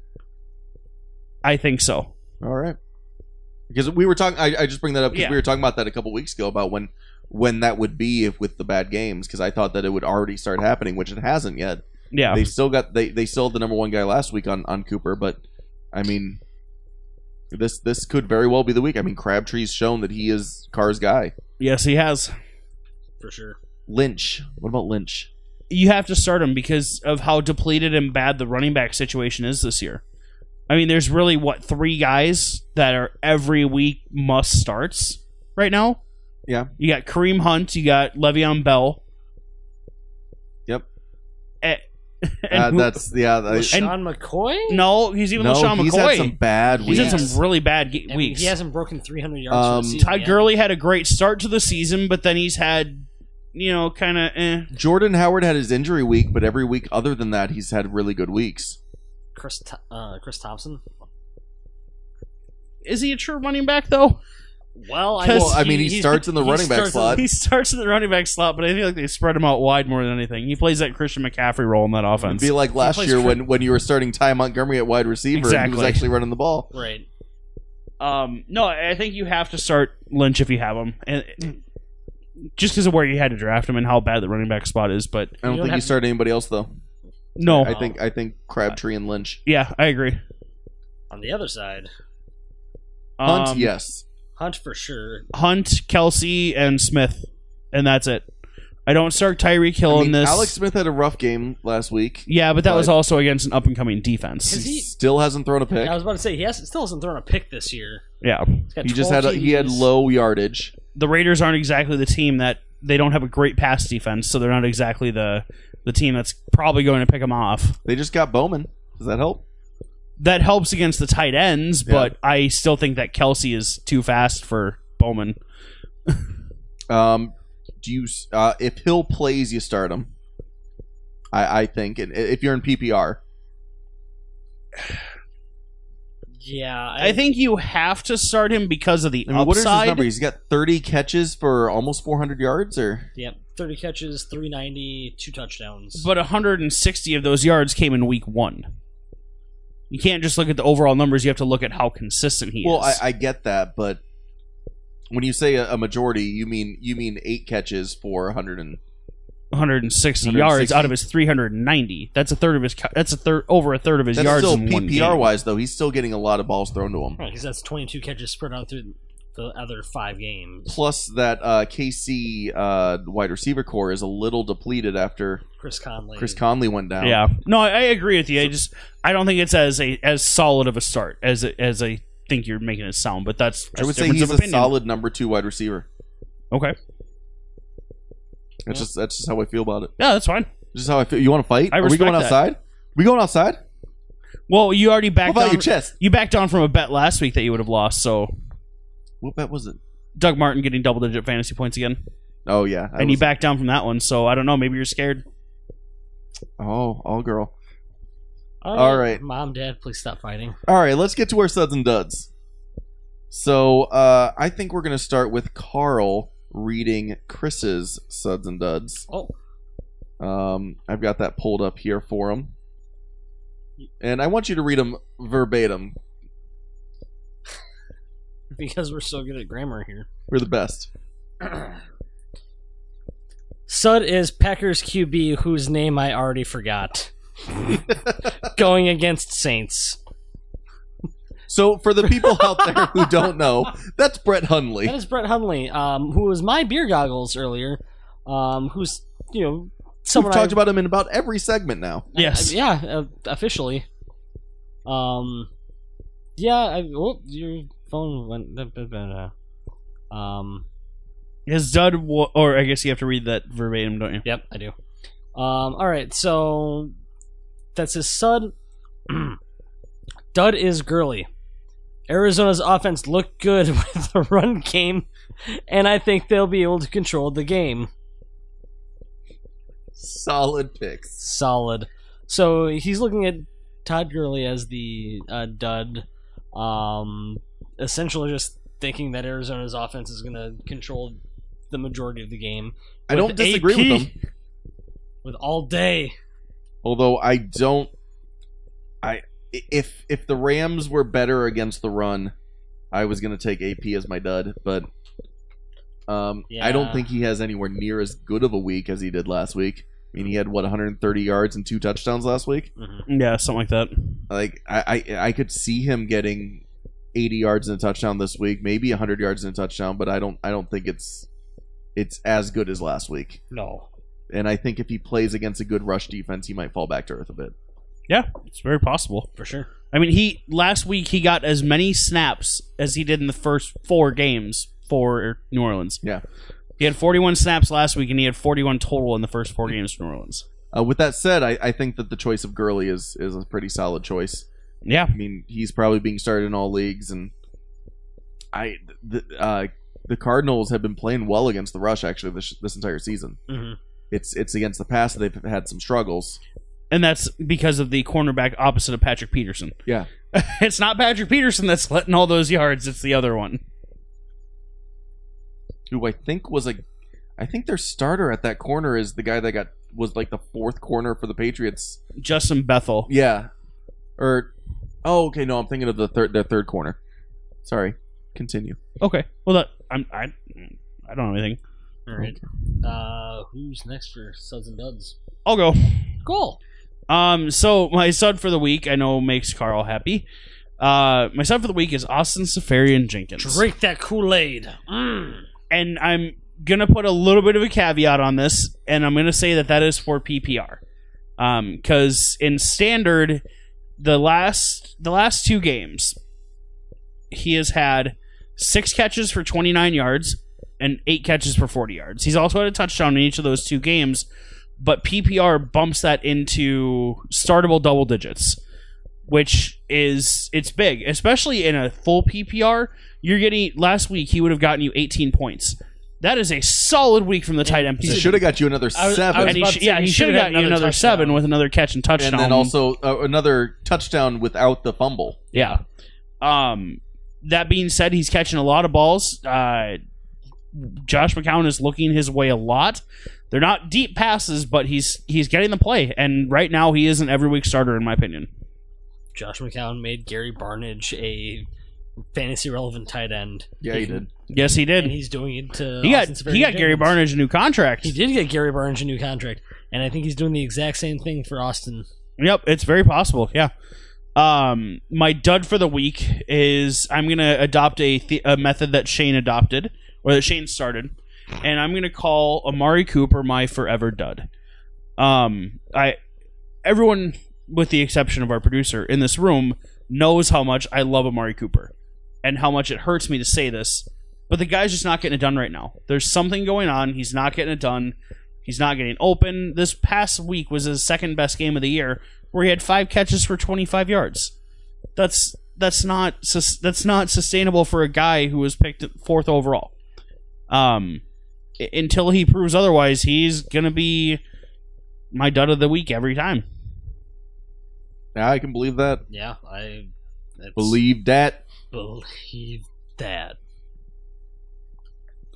[SPEAKER 3] I think so.
[SPEAKER 1] All right. Because we were talking, I, I just bring that up because
[SPEAKER 3] Yeah.
[SPEAKER 1] we were talking about that a couple weeks ago about when when that would be if with the bad games because I thought that it would already start happening, which it hasn't yet.
[SPEAKER 3] Yeah.
[SPEAKER 1] They still got they they still had the number one guy last week on on Cooper, but I mean, this this could very well be the week. I mean, Crabtree's shown that he is Carr's guy.
[SPEAKER 3] yes, he has.
[SPEAKER 2] for sure.
[SPEAKER 1] Lynch, what about Lynch?
[SPEAKER 3] You have to start him because of how depleted and bad the running back situation is this year. I mean, there's really what three guys that are every week must starts right now.
[SPEAKER 1] Yeah.
[SPEAKER 3] You got Kareem Hunt. You got Le'Veon Bell.
[SPEAKER 1] Yep.
[SPEAKER 3] Eh, and
[SPEAKER 1] Uh,
[SPEAKER 3] who-
[SPEAKER 1] that's yeah. I-
[SPEAKER 2] Sean McCoy.
[SPEAKER 3] no, he's even
[SPEAKER 1] no,
[SPEAKER 3] LaShawn
[SPEAKER 1] he's
[SPEAKER 3] McCoy.
[SPEAKER 1] had some bad
[SPEAKER 3] he's
[SPEAKER 1] weeks.
[SPEAKER 3] had some really bad ge-
[SPEAKER 2] I mean,
[SPEAKER 3] weeks.
[SPEAKER 2] He hasn't broken 300 yards.
[SPEAKER 1] Um,
[SPEAKER 2] for the season
[SPEAKER 3] Todd
[SPEAKER 2] yet.
[SPEAKER 3] Gurley had a great start to the season, but then he's had, you know, kind of. Eh.
[SPEAKER 1] Jordan Howard had his injury week, but every week other than that, he's had really good weeks.
[SPEAKER 2] Chris, Th- uh, Chris Thompson.
[SPEAKER 3] Is he a true running back though?
[SPEAKER 2] Well, I,
[SPEAKER 3] Because-
[SPEAKER 1] Well, I mean, he
[SPEAKER 2] he's-
[SPEAKER 1] starts in the
[SPEAKER 2] he
[SPEAKER 1] running back
[SPEAKER 2] starts in-
[SPEAKER 1] slot.
[SPEAKER 3] He starts in the running back slot, but I feel like they spread him out wide more than anything. He plays that Christian McCaffrey role in that
[SPEAKER 1] It'd
[SPEAKER 3] offense.
[SPEAKER 1] be like last
[SPEAKER 3] plays
[SPEAKER 1] year
[SPEAKER 3] for-
[SPEAKER 1] when, when you were starting Ty Montgomery at wide receiver and he was
[SPEAKER 3] Exactly.
[SPEAKER 1] actually running the ball.
[SPEAKER 2] Right.
[SPEAKER 3] um, no, I think you have to start Lynch if you have him, and just because of where you had to draft him and how bad the running back spot is.
[SPEAKER 1] I don't
[SPEAKER 3] But
[SPEAKER 2] You don't
[SPEAKER 1] think you
[SPEAKER 2] have-
[SPEAKER 1] started anybody else though.
[SPEAKER 3] no,
[SPEAKER 1] I think I think Crabtree and Lynch.
[SPEAKER 3] yeah, I agree.
[SPEAKER 2] On the other side,
[SPEAKER 1] Hunt,
[SPEAKER 3] Um,
[SPEAKER 1] yes.
[SPEAKER 2] Hunt for sure.
[SPEAKER 3] Hunt, Kelsey, and Smith, and that's it. I don't start Tyreek Hill
[SPEAKER 1] I
[SPEAKER 3] in
[SPEAKER 1] mean,
[SPEAKER 3] this.
[SPEAKER 1] Alex Smith had a rough game last week.
[SPEAKER 3] yeah, but that was
[SPEAKER 1] but-
[SPEAKER 3] also against an up and coming defense.
[SPEAKER 2] Is he-
[SPEAKER 1] Still hasn't thrown a pick.
[SPEAKER 2] I was about to say he has, still hasn't thrown a pick this year.
[SPEAKER 3] Yeah,
[SPEAKER 2] He's got
[SPEAKER 1] He just
[SPEAKER 2] 12
[SPEAKER 1] had a, he had
[SPEAKER 2] TDs.
[SPEAKER 1] low yardage.
[SPEAKER 3] the Raiders aren't exactly the team that they don't have a great pass defense, so they're not exactly the the team that's probably going to pick them off.
[SPEAKER 1] They just got Bowman. Does that help?
[SPEAKER 3] That helps against the tight ends,
[SPEAKER 1] Yeah.
[SPEAKER 3] but I still think that Kelsey is too fast for Bowman.
[SPEAKER 1] Um, do you s- uh, if Hill plays, you start him. I, I think, and if you're in PPR,
[SPEAKER 2] Yeah, I,
[SPEAKER 3] I think you have to start him because of the
[SPEAKER 1] I mean, what is his
[SPEAKER 3] upside.
[SPEAKER 1] number? He's got 30 catches for almost 400 yards, or
[SPEAKER 2] yeah, thirty catches, 390, two touchdowns.
[SPEAKER 3] but 160 of those yards came in week one. You can't just look at the overall numbers. You have to look at how consistent he
[SPEAKER 1] well,
[SPEAKER 3] is.
[SPEAKER 1] I, I get that, but when you say a, a majority, you mean you mean eight catches for 100 and
[SPEAKER 3] 160 yards
[SPEAKER 1] 160.
[SPEAKER 3] out of his 390. That's a third of his. cu- That's a third over a third of his
[SPEAKER 1] that's
[SPEAKER 3] yards
[SPEAKER 1] still
[SPEAKER 3] in one game.
[SPEAKER 1] PPR wise though. He's still getting a lot of balls thrown to him.
[SPEAKER 2] Right, 'cause that's twenty-two catches spread out through the other five games.
[SPEAKER 1] Plus that uh, KC uh, wide receiver core is a little depleted after
[SPEAKER 2] Chris Conley.
[SPEAKER 1] Chris Conley went down.
[SPEAKER 3] Yeah. No, I, I agree with you. I just I don't think it's as a as solid of a start as a, as I think you're making it sound. But that's
[SPEAKER 1] I would
[SPEAKER 3] just
[SPEAKER 1] say
[SPEAKER 3] difference
[SPEAKER 1] he's
[SPEAKER 3] of
[SPEAKER 1] a
[SPEAKER 3] opinion.
[SPEAKER 1] solid number two wide receiver.
[SPEAKER 3] Okay.
[SPEAKER 1] That's
[SPEAKER 2] Yeah.
[SPEAKER 1] just that's just how I feel about it.
[SPEAKER 3] Yeah, that's fine.
[SPEAKER 1] This is how I feel. You want to fight?
[SPEAKER 3] I
[SPEAKER 1] Are we
[SPEAKER 3] respect
[SPEAKER 1] going
[SPEAKER 3] that.
[SPEAKER 1] outside? We going outside?
[SPEAKER 3] Well, you already
[SPEAKER 1] How
[SPEAKER 3] backed
[SPEAKER 1] about
[SPEAKER 3] down.
[SPEAKER 1] your chest?
[SPEAKER 3] You backed down from a bet last week that you would have lost. So
[SPEAKER 1] What bet was it?
[SPEAKER 3] Doug Martin getting double digit fantasy points again,
[SPEAKER 1] Oh yeah, I
[SPEAKER 3] and you
[SPEAKER 1] was-
[SPEAKER 3] backed down from that one. So I don't know. Maybe you're scared.
[SPEAKER 1] Oh, all girl.
[SPEAKER 2] All
[SPEAKER 1] All right.
[SPEAKER 2] mom, dad, please stop fighting.
[SPEAKER 1] All right, let's get to our suds and duds. So uh, I think we're going to start with Carl reading Chris's suds and duds.
[SPEAKER 2] Oh,
[SPEAKER 1] Um, I've got that pulled up here for him, and I want you to read them verbatim.
[SPEAKER 2] because we're so good at grammar here.
[SPEAKER 1] We're the best.
[SPEAKER 2] Sud is Packers QB whose name I already forgot. Going against Saints.
[SPEAKER 1] So for the people out there who don't know, that's Brett Hundley.
[SPEAKER 2] That is Brett Hundley, um, who was my beer goggles earlier, um, who's, you know,
[SPEAKER 1] We've
[SPEAKER 2] someone I,
[SPEAKER 1] talked about him in about every segment now.
[SPEAKER 3] Yes.
[SPEAKER 2] I- yeah, uh, officially. Um, yeah, I, well, your phone went. Um,
[SPEAKER 3] His dud, wa- or I guess you have to read that verbatim, don't you?
[SPEAKER 2] Yep, I do. Um, all right, so that's his sud. Dud is Gurley. Arizona's offense looked good with the run game, and I think they'll be able to control the game.
[SPEAKER 1] Solid picks.
[SPEAKER 2] solid. So he's looking at Todd Gurley as the uh, dud, um, essentially just thinking that Arizona's offense is going to control the majority of the game
[SPEAKER 1] I don't
[SPEAKER 2] With
[SPEAKER 1] disagree
[SPEAKER 2] AP.
[SPEAKER 1] with them.
[SPEAKER 2] with all day.
[SPEAKER 1] although I don't I if if the Rams were better against the run, I was going to take AP as my dud, but um I
[SPEAKER 2] Yeah.
[SPEAKER 1] don't think he has anywhere near as good of a week as he did last week. I mean, he had what 130 yards and two touchdowns last week.
[SPEAKER 2] Mm-hmm.
[SPEAKER 3] Yeah, something like that.
[SPEAKER 1] Like I I, I could see him getting 80 yards and a touchdown this week, maybe 100 yards and a touchdown, but I don't I don't think it's it's as good as last week.
[SPEAKER 2] No.
[SPEAKER 1] And I think if he plays against a good rush defense, he might fall back to earth a bit.
[SPEAKER 3] Yeah, it's very possible.
[SPEAKER 2] For sure.
[SPEAKER 3] I mean, he last week he got as many snaps as he did in the first four games for New Orleans.
[SPEAKER 1] Yeah.
[SPEAKER 3] He had 41 snaps last week, and he had 41 total in the first four games for New Orleans.
[SPEAKER 1] Uh, with that said, I, I think that the choice of Gurley is is a pretty solid choice.
[SPEAKER 3] Yeah,
[SPEAKER 1] I mean, he's probably being started in all leagues, and I the uh, the Cardinals have been playing well against the rush actually this this entire season.
[SPEAKER 2] hmm
[SPEAKER 1] It's it's against the pass that they've had some struggles.
[SPEAKER 3] and that's because of the cornerback opposite of Patrick Peterson.
[SPEAKER 1] Yeah.
[SPEAKER 3] it's not Patrick Peterson that's letting all those yards; it's the other one.
[SPEAKER 1] Who I think was a, I think their starter at that corner is the guy that got was like the fourth corner for the Patriots.
[SPEAKER 3] Justin Bethel.
[SPEAKER 1] Yeah, or oh okay no I'm thinking of the third their third corner. Sorry, continue.
[SPEAKER 3] Okay, well, that, I'm I, I don't know anything.
[SPEAKER 2] All right. Uh, who's next for Suds and Duds?
[SPEAKER 3] I'll go.
[SPEAKER 2] Cool.
[SPEAKER 3] Um, so my stud for the week, I know makes Carl happy. Uh, my stud for the week is Austin Safarian Jenkins.
[SPEAKER 2] Drink that Kool Aid. Mm.
[SPEAKER 3] and I'm gonna put a little bit of a caveat on this, and I'm gonna say that that is for PPR, because Um, in standard, the last the last two games, he has had six catches for 29 yards and eight catches for 40 yards. He's also had a touchdown in each of those two games, but PPR bumps that into startable double digits. Which is it's big, especially in a full PPR you're getting last week he would have gotten you 18 points that is a solid week from the tight end
[SPEAKER 1] He
[SPEAKER 3] position
[SPEAKER 1] should have got you another
[SPEAKER 2] I was- I
[SPEAKER 1] seven.
[SPEAKER 2] was
[SPEAKER 3] and he
[SPEAKER 2] about
[SPEAKER 3] sh-
[SPEAKER 2] to say,
[SPEAKER 3] yeah he should have gotten you another
[SPEAKER 2] touchdown.
[SPEAKER 3] seven with another catch and touchdown
[SPEAKER 1] and then also uh, another touchdown without the fumble.
[SPEAKER 3] yeah um that being said he's catching a lot of balls uh Josh McCown is looking his way a lot. They're not deep passes, but he's he's getting the play, and right now he is an every week starter in my opinion.
[SPEAKER 2] Josh McCown made Gary Barnage a fantasy relevant tight end.
[SPEAKER 1] Yeah, he did.
[SPEAKER 3] Yes, he
[SPEAKER 2] And
[SPEAKER 3] did.
[SPEAKER 2] he's doing it to.
[SPEAKER 3] He got
[SPEAKER 2] Austin Severo
[SPEAKER 3] he got Gary
[SPEAKER 2] Jenkins.
[SPEAKER 3] Barnage a new contract.
[SPEAKER 2] He did get Gary Barnes a new contract, and I think he's doing the exact same thing for Austin.
[SPEAKER 3] Yep, it's very possible. Yeah. Um, my dud for the week is I'm gonna adopt a th- a method that Shane adopted or that Shane started, and I'm gonna call Amari Cooper my forever dud. Um, I everyone with the exception of our producer in this room knows how much I love Amari Cooper and how much it hurts me to say this, but the guy's just not getting it done right now. There's something going on. He's not getting it done. He's not getting open. This past week was his second best game of the year, where he had five catches for 25 yards. That's that's not sus- that's not sustainable for a guy who was picked fourth overall. Um, i- until he proves otherwise, he's gonna be my dud of the week every time.
[SPEAKER 1] Yeah, I can believe that.
[SPEAKER 2] Yeah, I that's-
[SPEAKER 1] Believe that.
[SPEAKER 2] believe that.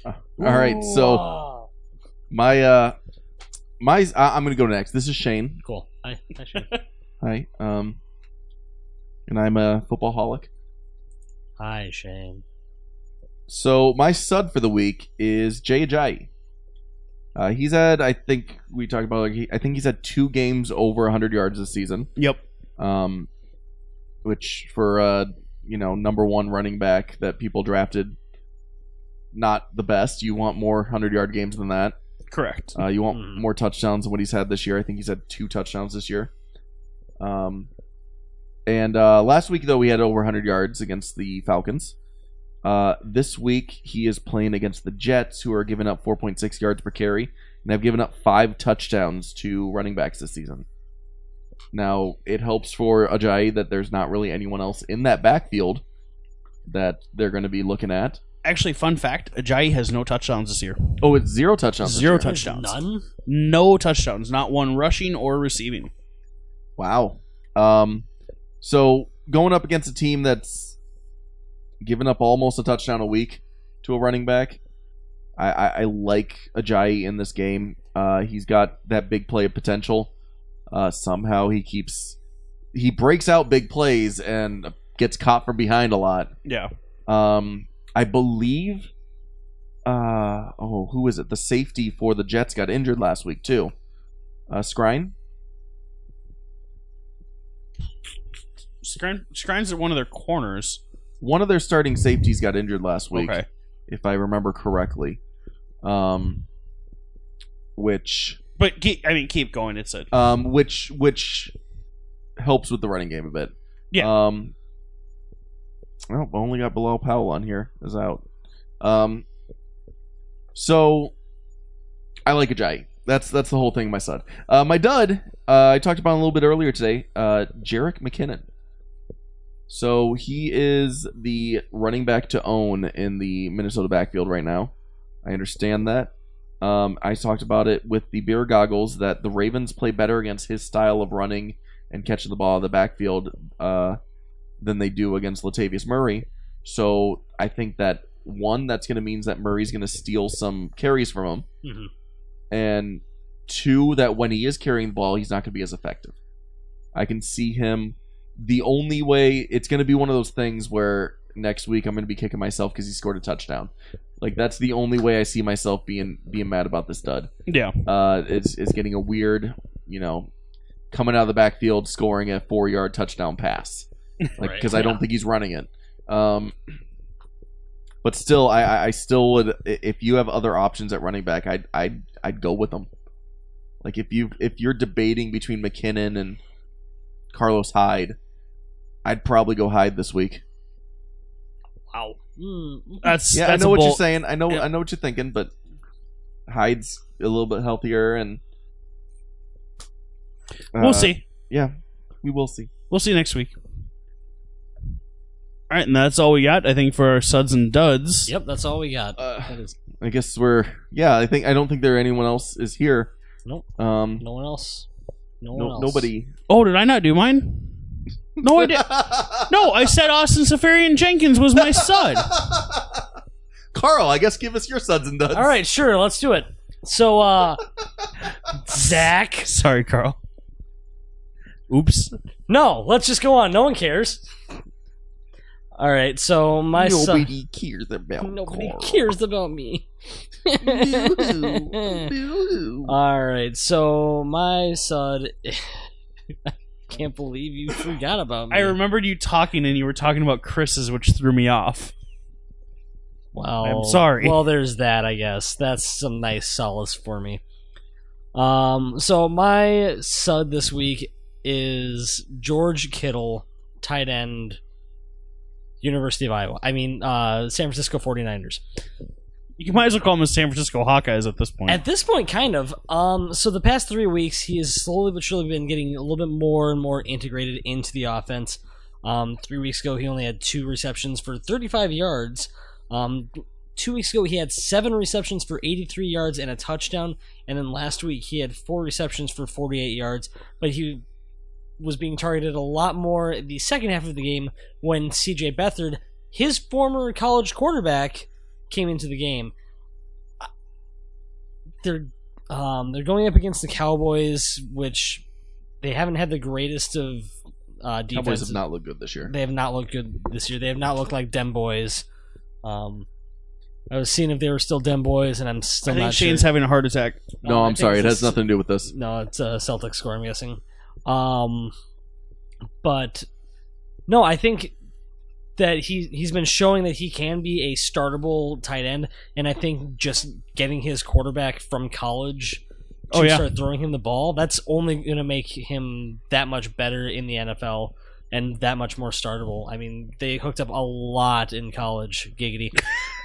[SPEAKER 1] All right, so
[SPEAKER 2] Ooh.
[SPEAKER 1] my uh my I, I'm gonna go next. This is Shane.
[SPEAKER 2] cool. I, I should.
[SPEAKER 1] Hi. Um and I'm a football holic.
[SPEAKER 2] Hi, Shane.
[SPEAKER 1] So my stud for the week is Jay Ajayi. Uh, he's had, I think we talked about. Like, he, I think he's had two games over 100 yards this season.
[SPEAKER 3] Yep.
[SPEAKER 1] um, which for uh, you know number one running back that people drafted, not the best. You want more hundred yard games than that.
[SPEAKER 3] Correct.
[SPEAKER 1] Uh, you want
[SPEAKER 2] Mhm.
[SPEAKER 1] more touchdowns than what he's had this year. I think he's had two touchdowns this year. Um, and uh, last week though he had over 100 yards against the Falcons. Uh, this week he is playing against the Jets, who are giving up 4.6 yards per carry and have given up five touchdowns to running backs this season. Now it helps for Ajayi that there's not really anyone else in that backfield that they're going to be looking at.
[SPEAKER 3] actually, fun fact: Ajayi has no touchdowns this year.
[SPEAKER 1] Oh, it's zero touchdowns. this
[SPEAKER 3] Zero
[SPEAKER 1] year.
[SPEAKER 2] There's
[SPEAKER 3] touchdowns.
[SPEAKER 2] None.
[SPEAKER 3] No touchdowns. Not one rushing or receiving.
[SPEAKER 1] Wow. Um, so going up against a team that's given up almost a touchdown a week to a running back, I, I, I like Ajayi in this game. Uh, he's got that big play potential. Uh, somehow he keeps he breaks out big plays and gets caught from behind a lot.
[SPEAKER 3] Yeah.
[SPEAKER 1] Um, I believe. Uh, oh, who is it? The safety for the Jets got injured last week too. Uh, Scrine.
[SPEAKER 3] Scrine, Scrine's one of their corners.
[SPEAKER 1] one of their starting safeties got injured last week,
[SPEAKER 3] Okay.
[SPEAKER 1] if I remember correctly. Um, which,
[SPEAKER 3] But keep, I mean, keep going. It's a
[SPEAKER 1] um, which, which helps with the running game a bit.
[SPEAKER 3] Yeah.
[SPEAKER 1] Um, well, only got Bilal Powell on here is out. Um, so I like Ajayi. That's that's the whole thing. My son, uh, my dud. Uh, I talked about him a little bit earlier today. Uh, Jarek McKinnon. So he is the running back to own in the Minnesota backfield right now. I understand that. Um, I talked about it with the beer goggles that the Ravens play better against his style of running and catching the ball in the backfield uh, than they do against Latavius Murray. So I think that one, that's going to means that Murray's going to steal some carries from him,
[SPEAKER 2] Mhm.
[SPEAKER 1] and two, that when he is carrying the ball, he's not going to be as effective. I can see him. The only way it's going to be one of those things where next week I'm going to be kicking myself because he scored a touchdown. Like that's the only way I see myself being being mad about this dud
[SPEAKER 3] yeah.
[SPEAKER 1] uh, it's it's getting a weird, you know, coming out of the backfield scoring a four yard touchdown pass, like
[SPEAKER 2] Right,
[SPEAKER 1] because I don't
[SPEAKER 2] yeah.
[SPEAKER 1] think he's running it. Um, but still, I- I I still would i- if you have other options at running back, I'd I'd I'd go with them. Like if you if you're debating between McKinnon and Carlos Hyde, I'd probably go Hyde this week.
[SPEAKER 2] Wow. Mm.
[SPEAKER 3] That's
[SPEAKER 1] Yeah,
[SPEAKER 3] That's
[SPEAKER 1] I know
[SPEAKER 3] a
[SPEAKER 1] what
[SPEAKER 3] bold-
[SPEAKER 1] you're saying. I know
[SPEAKER 3] Yeah.
[SPEAKER 1] I know what you're thinking, but Hyde's a little bit healthier and
[SPEAKER 3] We'll
[SPEAKER 1] uh,
[SPEAKER 3] see.
[SPEAKER 1] Yeah, we will see.
[SPEAKER 3] We'll see you next week. All right, and that's all we got. I think for our suds and duds.
[SPEAKER 2] Yep, that's all we got.
[SPEAKER 1] Uh,
[SPEAKER 2] That is
[SPEAKER 1] I guess we're yeah. I think I don't think there anyone else is here.
[SPEAKER 2] Nope.
[SPEAKER 1] Um.
[SPEAKER 2] no one else. No one
[SPEAKER 1] No,
[SPEAKER 2] else.
[SPEAKER 1] nobody.
[SPEAKER 3] Oh, did I not do mine? No, I did. No, I said Austin Safarian Jenkins was my sud.
[SPEAKER 1] Carl, I guess give us your suds and duds.
[SPEAKER 2] All right, sure, let's do it. So, uh, Zach.
[SPEAKER 3] Sorry, Carl. Oops.
[SPEAKER 2] No, let's just go on. No one cares. All right, so my son.
[SPEAKER 1] Nobody cares about
[SPEAKER 2] Nobody
[SPEAKER 1] Carl.
[SPEAKER 2] cares about me.
[SPEAKER 1] Boo-hoo. Boo-hoo.
[SPEAKER 2] All right, so my son. I can't believe you forgot about me.
[SPEAKER 3] I remembered you talking, and you were talking about Chris's, which threw me off.
[SPEAKER 2] Wow.
[SPEAKER 3] I'm sorry.
[SPEAKER 2] Well, there's that, I guess. That's some nice solace for me. Um, so my sud this week is George Kittle, tight end, University of Iowa. I mean, uh, San Francisco 49ers.
[SPEAKER 3] You might as well call him the San Francisco Hawkeyes at this point.
[SPEAKER 2] At this point, kind of. Um, so the past three weeks, he has slowly but surely been getting a little bit more and more integrated into the offense. Um, three weeks ago, he only had two receptions for 35 yards. Um, two weeks ago, he had seven receptions for 83 yards and a touchdown. And then last week, he had four receptions for 48 yards. But he was being targeted a lot more in the second half of the game when CJ Beathard, his former college quarterback, came into the game they're um, they're going up against the Cowboys, which they haven't had the greatest of uh,
[SPEAKER 1] Cowboys have
[SPEAKER 2] defenses.
[SPEAKER 1] not looked good this year.
[SPEAKER 2] They have not looked good this year. They have not looked like Dem boys. Um, I was seeing if they were still Dem boys, and I'm
[SPEAKER 3] I
[SPEAKER 2] still
[SPEAKER 3] think
[SPEAKER 2] not
[SPEAKER 3] Shane's
[SPEAKER 2] sure.
[SPEAKER 3] having a heart attack.
[SPEAKER 1] No,
[SPEAKER 2] I
[SPEAKER 1] I'm
[SPEAKER 2] think
[SPEAKER 1] sorry. It
[SPEAKER 2] it's
[SPEAKER 1] has
[SPEAKER 2] just-
[SPEAKER 1] nothing to do with this.
[SPEAKER 2] No, it's a Celtic score. I'm guessing. Um, but no, I think that he he's been showing that he can be a startable tight end, and I think just getting his quarterback from college to
[SPEAKER 3] Oh, yeah.
[SPEAKER 2] start throwing him the ball that's only going to make him that much better in the NFL and that much more startable. I mean, they hooked up a lot in college, giggity,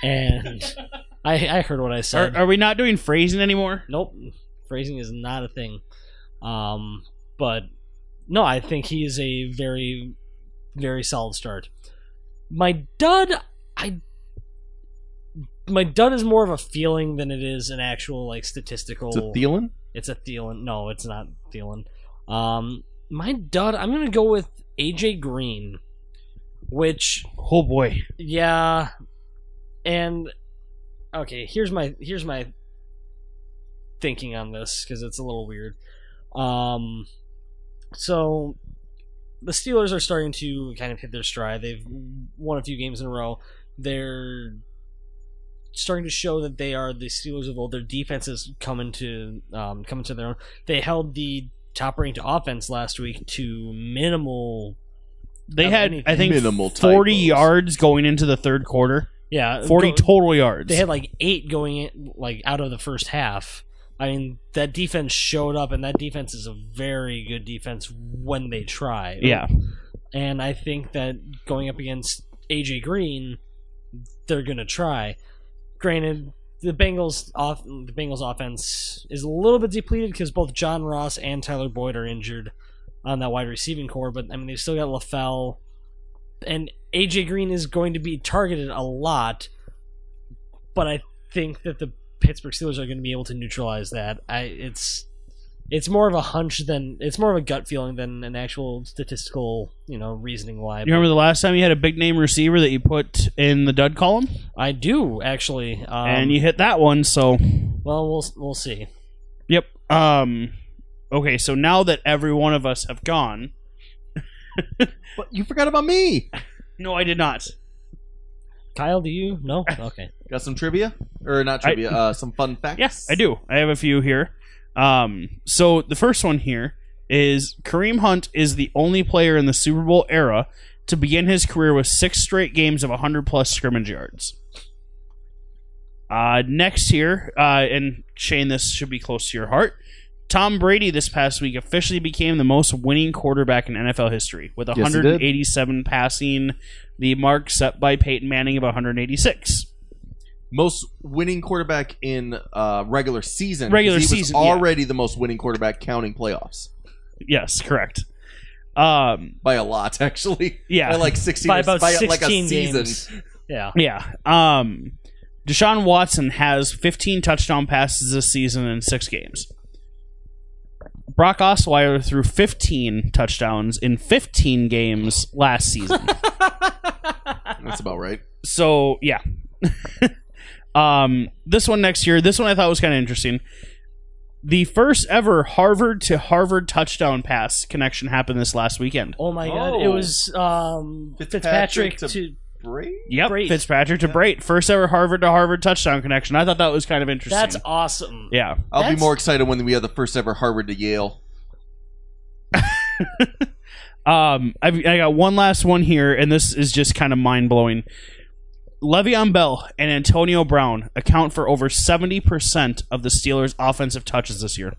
[SPEAKER 2] and I I heard what I said.
[SPEAKER 3] Are, are we not doing phrasing anymore?
[SPEAKER 2] Nope. Phrasing is not a thing. Um, but no, I think he is a very, very solid start. My dud, I my dud is more of a feeling than it is an actual like statistical.
[SPEAKER 1] It's a Thielen.
[SPEAKER 2] It's a Thielen. No, it's not Thielen. Um, my dud. I'm gonna go with AJ Green, which
[SPEAKER 3] Oh boy.
[SPEAKER 2] yeah, and okay. Here's my here's my thinking on this because it's a little weird. Um, so the Steelers are starting to kind of hit their stride. They've won a few games in a row. They're starting to show that they are the Steelers of old. Their defense is coming to um, coming to their own. They held the top ranked offense last week to minimal.
[SPEAKER 3] They
[SPEAKER 2] Of
[SPEAKER 3] had,
[SPEAKER 2] anything.
[SPEAKER 3] I think,
[SPEAKER 1] Minimal
[SPEAKER 3] forty
[SPEAKER 1] typos.
[SPEAKER 3] yards going into the third quarter.
[SPEAKER 2] Yeah,
[SPEAKER 3] Forty
[SPEAKER 2] Uh, go-
[SPEAKER 3] total yards.
[SPEAKER 2] They had like eight going in, like out of the first half. I mean, that defense showed up, and that defense is a very good defense when they try.
[SPEAKER 3] yeah.
[SPEAKER 2] and I think that going up against AJ Green, they're gonna try. Granted, the Bengals off the Bengals offense is a little bit depleted because both John Ross and Tyler Boyd are injured on that wide receiving core. But I mean, they've still got LaFell, and AJ Green is going to be targeted a lot. But I think that the Pittsburgh Steelers are going to be able to neutralize that. I it's it's more of a hunch than it's more of a gut feeling than an actual statistical you know reasoning why.
[SPEAKER 3] You remember the last time you had a big name receiver that you put in the dud column,
[SPEAKER 2] I do actually. Um,
[SPEAKER 3] and you hit that one. So,
[SPEAKER 2] well, we'll we'll see.
[SPEAKER 3] yep. Um, okay. So now that every one of us have gone,
[SPEAKER 1] But you forgot about me.
[SPEAKER 3] no, I did not.
[SPEAKER 2] Kyle, do you? No. Okay.
[SPEAKER 1] Got some trivia or not trivia? uh, some fun facts.
[SPEAKER 3] Yes, I do. I have a few here. Um, so the first one here is Kareem Hunt is the only player in the Super Bowl era to begin his career with six straight games of 100 plus scrimmage yards. Uh, next here, uh, and Shane, this should be close to your heart. Tom Brady this past week officially became the most winning quarterback in NFL history with
[SPEAKER 1] he did.
[SPEAKER 3] 187 passing the mark set by Peyton Manning of 186.
[SPEAKER 1] Most winning quarterback in uh, regular season. 'cause
[SPEAKER 3] Regular
[SPEAKER 1] he was
[SPEAKER 3] season, yeah.
[SPEAKER 1] already the most winning quarterback counting playoffs
[SPEAKER 3] Yes, correct. Um,
[SPEAKER 1] by a lot, actually.
[SPEAKER 3] yeah.
[SPEAKER 1] By like sixteen.
[SPEAKER 2] By about
[SPEAKER 1] by,
[SPEAKER 2] sixteen
[SPEAKER 1] like a season.
[SPEAKER 2] games. Yeah.
[SPEAKER 3] Yeah. Um, Deshaun Watson has 15 touchdown passes this season in six games. Brock Osweiler threw 15 touchdowns in 15 games last season.
[SPEAKER 1] That's about right.
[SPEAKER 3] so, yeah. um, this one next year, this one I thought was kind of interesting. The first ever Harvard to Harvard touchdown pass connection happened this last weekend.
[SPEAKER 2] Oh my god!
[SPEAKER 1] Oh.
[SPEAKER 2] It was um,
[SPEAKER 1] Fitzpatrick
[SPEAKER 2] Fitzpatrick,
[SPEAKER 1] to-
[SPEAKER 2] to
[SPEAKER 1] Great.
[SPEAKER 3] Yep,
[SPEAKER 2] Great.
[SPEAKER 3] Fitzpatrick to Brait. First ever Harvard to Harvard touchdown connection. I thought that was kind of interesting.
[SPEAKER 2] That's awesome.
[SPEAKER 3] yeah.
[SPEAKER 1] I'll be
[SPEAKER 2] That's-
[SPEAKER 1] more excited when we have the first ever Harvard to Yale.
[SPEAKER 3] Um, I've, I got one last one here, and this is just kind of mind blowing. Le'Veon Bell and Antonio Brown account for over seventy percent of the Steelers' offensive touches this year.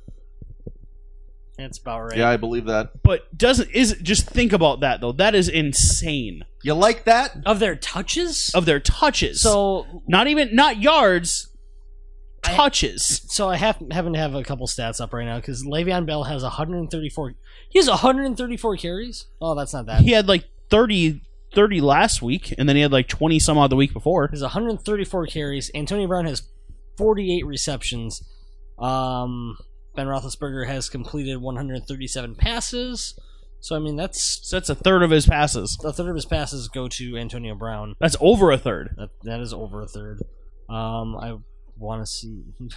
[SPEAKER 2] That's about right.
[SPEAKER 1] Yeah, I believe that.
[SPEAKER 3] But doesn't is just think about that though? That is insane
[SPEAKER 1] You like that?
[SPEAKER 2] Of their touches.
[SPEAKER 3] of their touches.
[SPEAKER 2] so
[SPEAKER 3] not even not yards,
[SPEAKER 2] I-
[SPEAKER 3] touches.
[SPEAKER 2] so I have happen to have a couple stats up right now because Le'Veon Bell has 134. He has 134 carries. Oh, that's not that.
[SPEAKER 3] he had like 30, 30 last week, and then he had like twenty some odd the week before.
[SPEAKER 2] has 134 carries. Antonio Brown has 48 receptions. Um, ben Roethlisberger has completed 137 passes. So I mean, that's
[SPEAKER 3] So that's a third of his passes.
[SPEAKER 2] a third of his passes go to Antonio Brown.
[SPEAKER 3] That's over a third.
[SPEAKER 2] That that is over a third. Um, I want to see.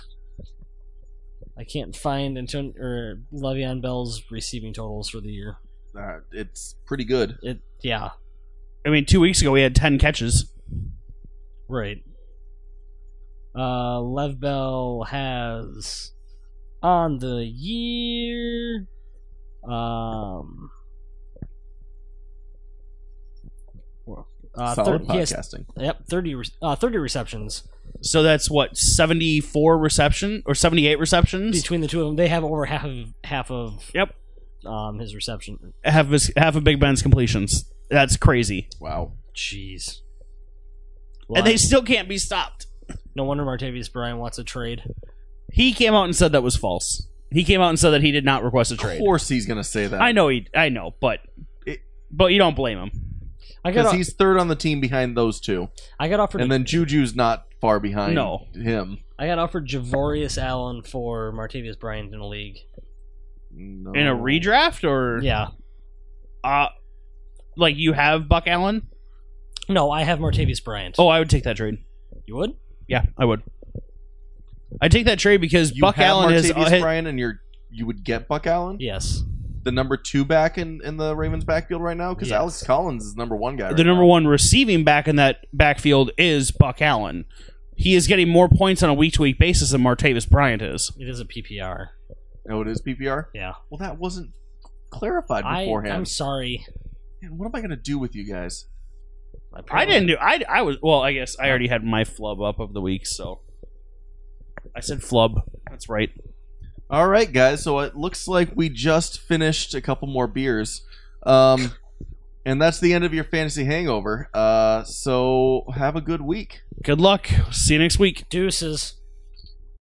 [SPEAKER 2] I can't find Antonio or Le'Veon Bell's receiving totals for the year.
[SPEAKER 1] Uh, it's pretty good.
[SPEAKER 2] It yeah
[SPEAKER 3] I mean, two weeks ago he had ten catches.
[SPEAKER 2] right. Uh, Lev Bell has on the year. Um. Uh,
[SPEAKER 1] Solid
[SPEAKER 2] thir- he has-
[SPEAKER 1] podcasting.
[SPEAKER 2] yep, 30, re- uh, 30 receptions.
[SPEAKER 3] So that's what seventy four reception or seventy eight receptions
[SPEAKER 2] Between the two of them, they have over half of, half of
[SPEAKER 3] Yep.
[SPEAKER 2] um, his reception.
[SPEAKER 3] have his, half of Big Ben's completions. That's crazy,
[SPEAKER 1] Wow.
[SPEAKER 2] Jeez.
[SPEAKER 3] and they still can't be stopped.
[SPEAKER 2] no wonder Martavius Bryant wants a trade.
[SPEAKER 3] He came out and said that was false. He came out and said that he did not request a
[SPEAKER 1] Of
[SPEAKER 3] trade.
[SPEAKER 1] course he's gonna say that.
[SPEAKER 3] I know he, I know, but
[SPEAKER 1] It-
[SPEAKER 3] but you don't blame him.
[SPEAKER 2] I got
[SPEAKER 1] because
[SPEAKER 2] off,
[SPEAKER 1] he's third on the team behind those two,
[SPEAKER 2] I got offered
[SPEAKER 1] and then Juju's not far behind.
[SPEAKER 3] No.
[SPEAKER 1] him.
[SPEAKER 2] I got offered Javorius Allen for Martavius Bryant in a league.
[SPEAKER 1] No.
[SPEAKER 3] in a redraft or
[SPEAKER 2] Yeah.
[SPEAKER 3] uh, like you have Buck Allen.
[SPEAKER 2] No, I have Martavius Bryant.
[SPEAKER 3] Oh, I would take that trade.
[SPEAKER 2] you would?
[SPEAKER 3] Yeah, I would. I take that trade because
[SPEAKER 1] You
[SPEAKER 3] Buck
[SPEAKER 1] have
[SPEAKER 3] Allen uh, has,
[SPEAKER 1] Martavius
[SPEAKER 3] has-
[SPEAKER 1] Bryant, and you're you would get Buck Allen,
[SPEAKER 2] Yes.
[SPEAKER 1] the number two back in, in the Ravens backfield right now, because
[SPEAKER 2] Yes.
[SPEAKER 1] Alex Collins is number one guy.
[SPEAKER 3] the
[SPEAKER 1] right
[SPEAKER 3] number
[SPEAKER 1] now.
[SPEAKER 3] one receiving back in that backfield is Buck Allen. He is getting more points on a week to week basis than Martavis Bryant is.
[SPEAKER 2] It is a PPR.
[SPEAKER 1] Oh, it is PPR.
[SPEAKER 2] Yeah.
[SPEAKER 1] Well, that wasn't clarified
[SPEAKER 2] I,
[SPEAKER 1] beforehand.
[SPEAKER 2] I'm sorry.
[SPEAKER 1] Man, what am I gonna do with you guys?
[SPEAKER 3] I didn't do. I, I was well. I guess I already had my flub up of the week, so I said flub. That's right.
[SPEAKER 1] All right, guys. So it looks like we just finished a couple more beers, um, and that's the end of your fantasy hangover. Uh, so have a good week.
[SPEAKER 3] Good luck. See you next week.
[SPEAKER 2] Deuces.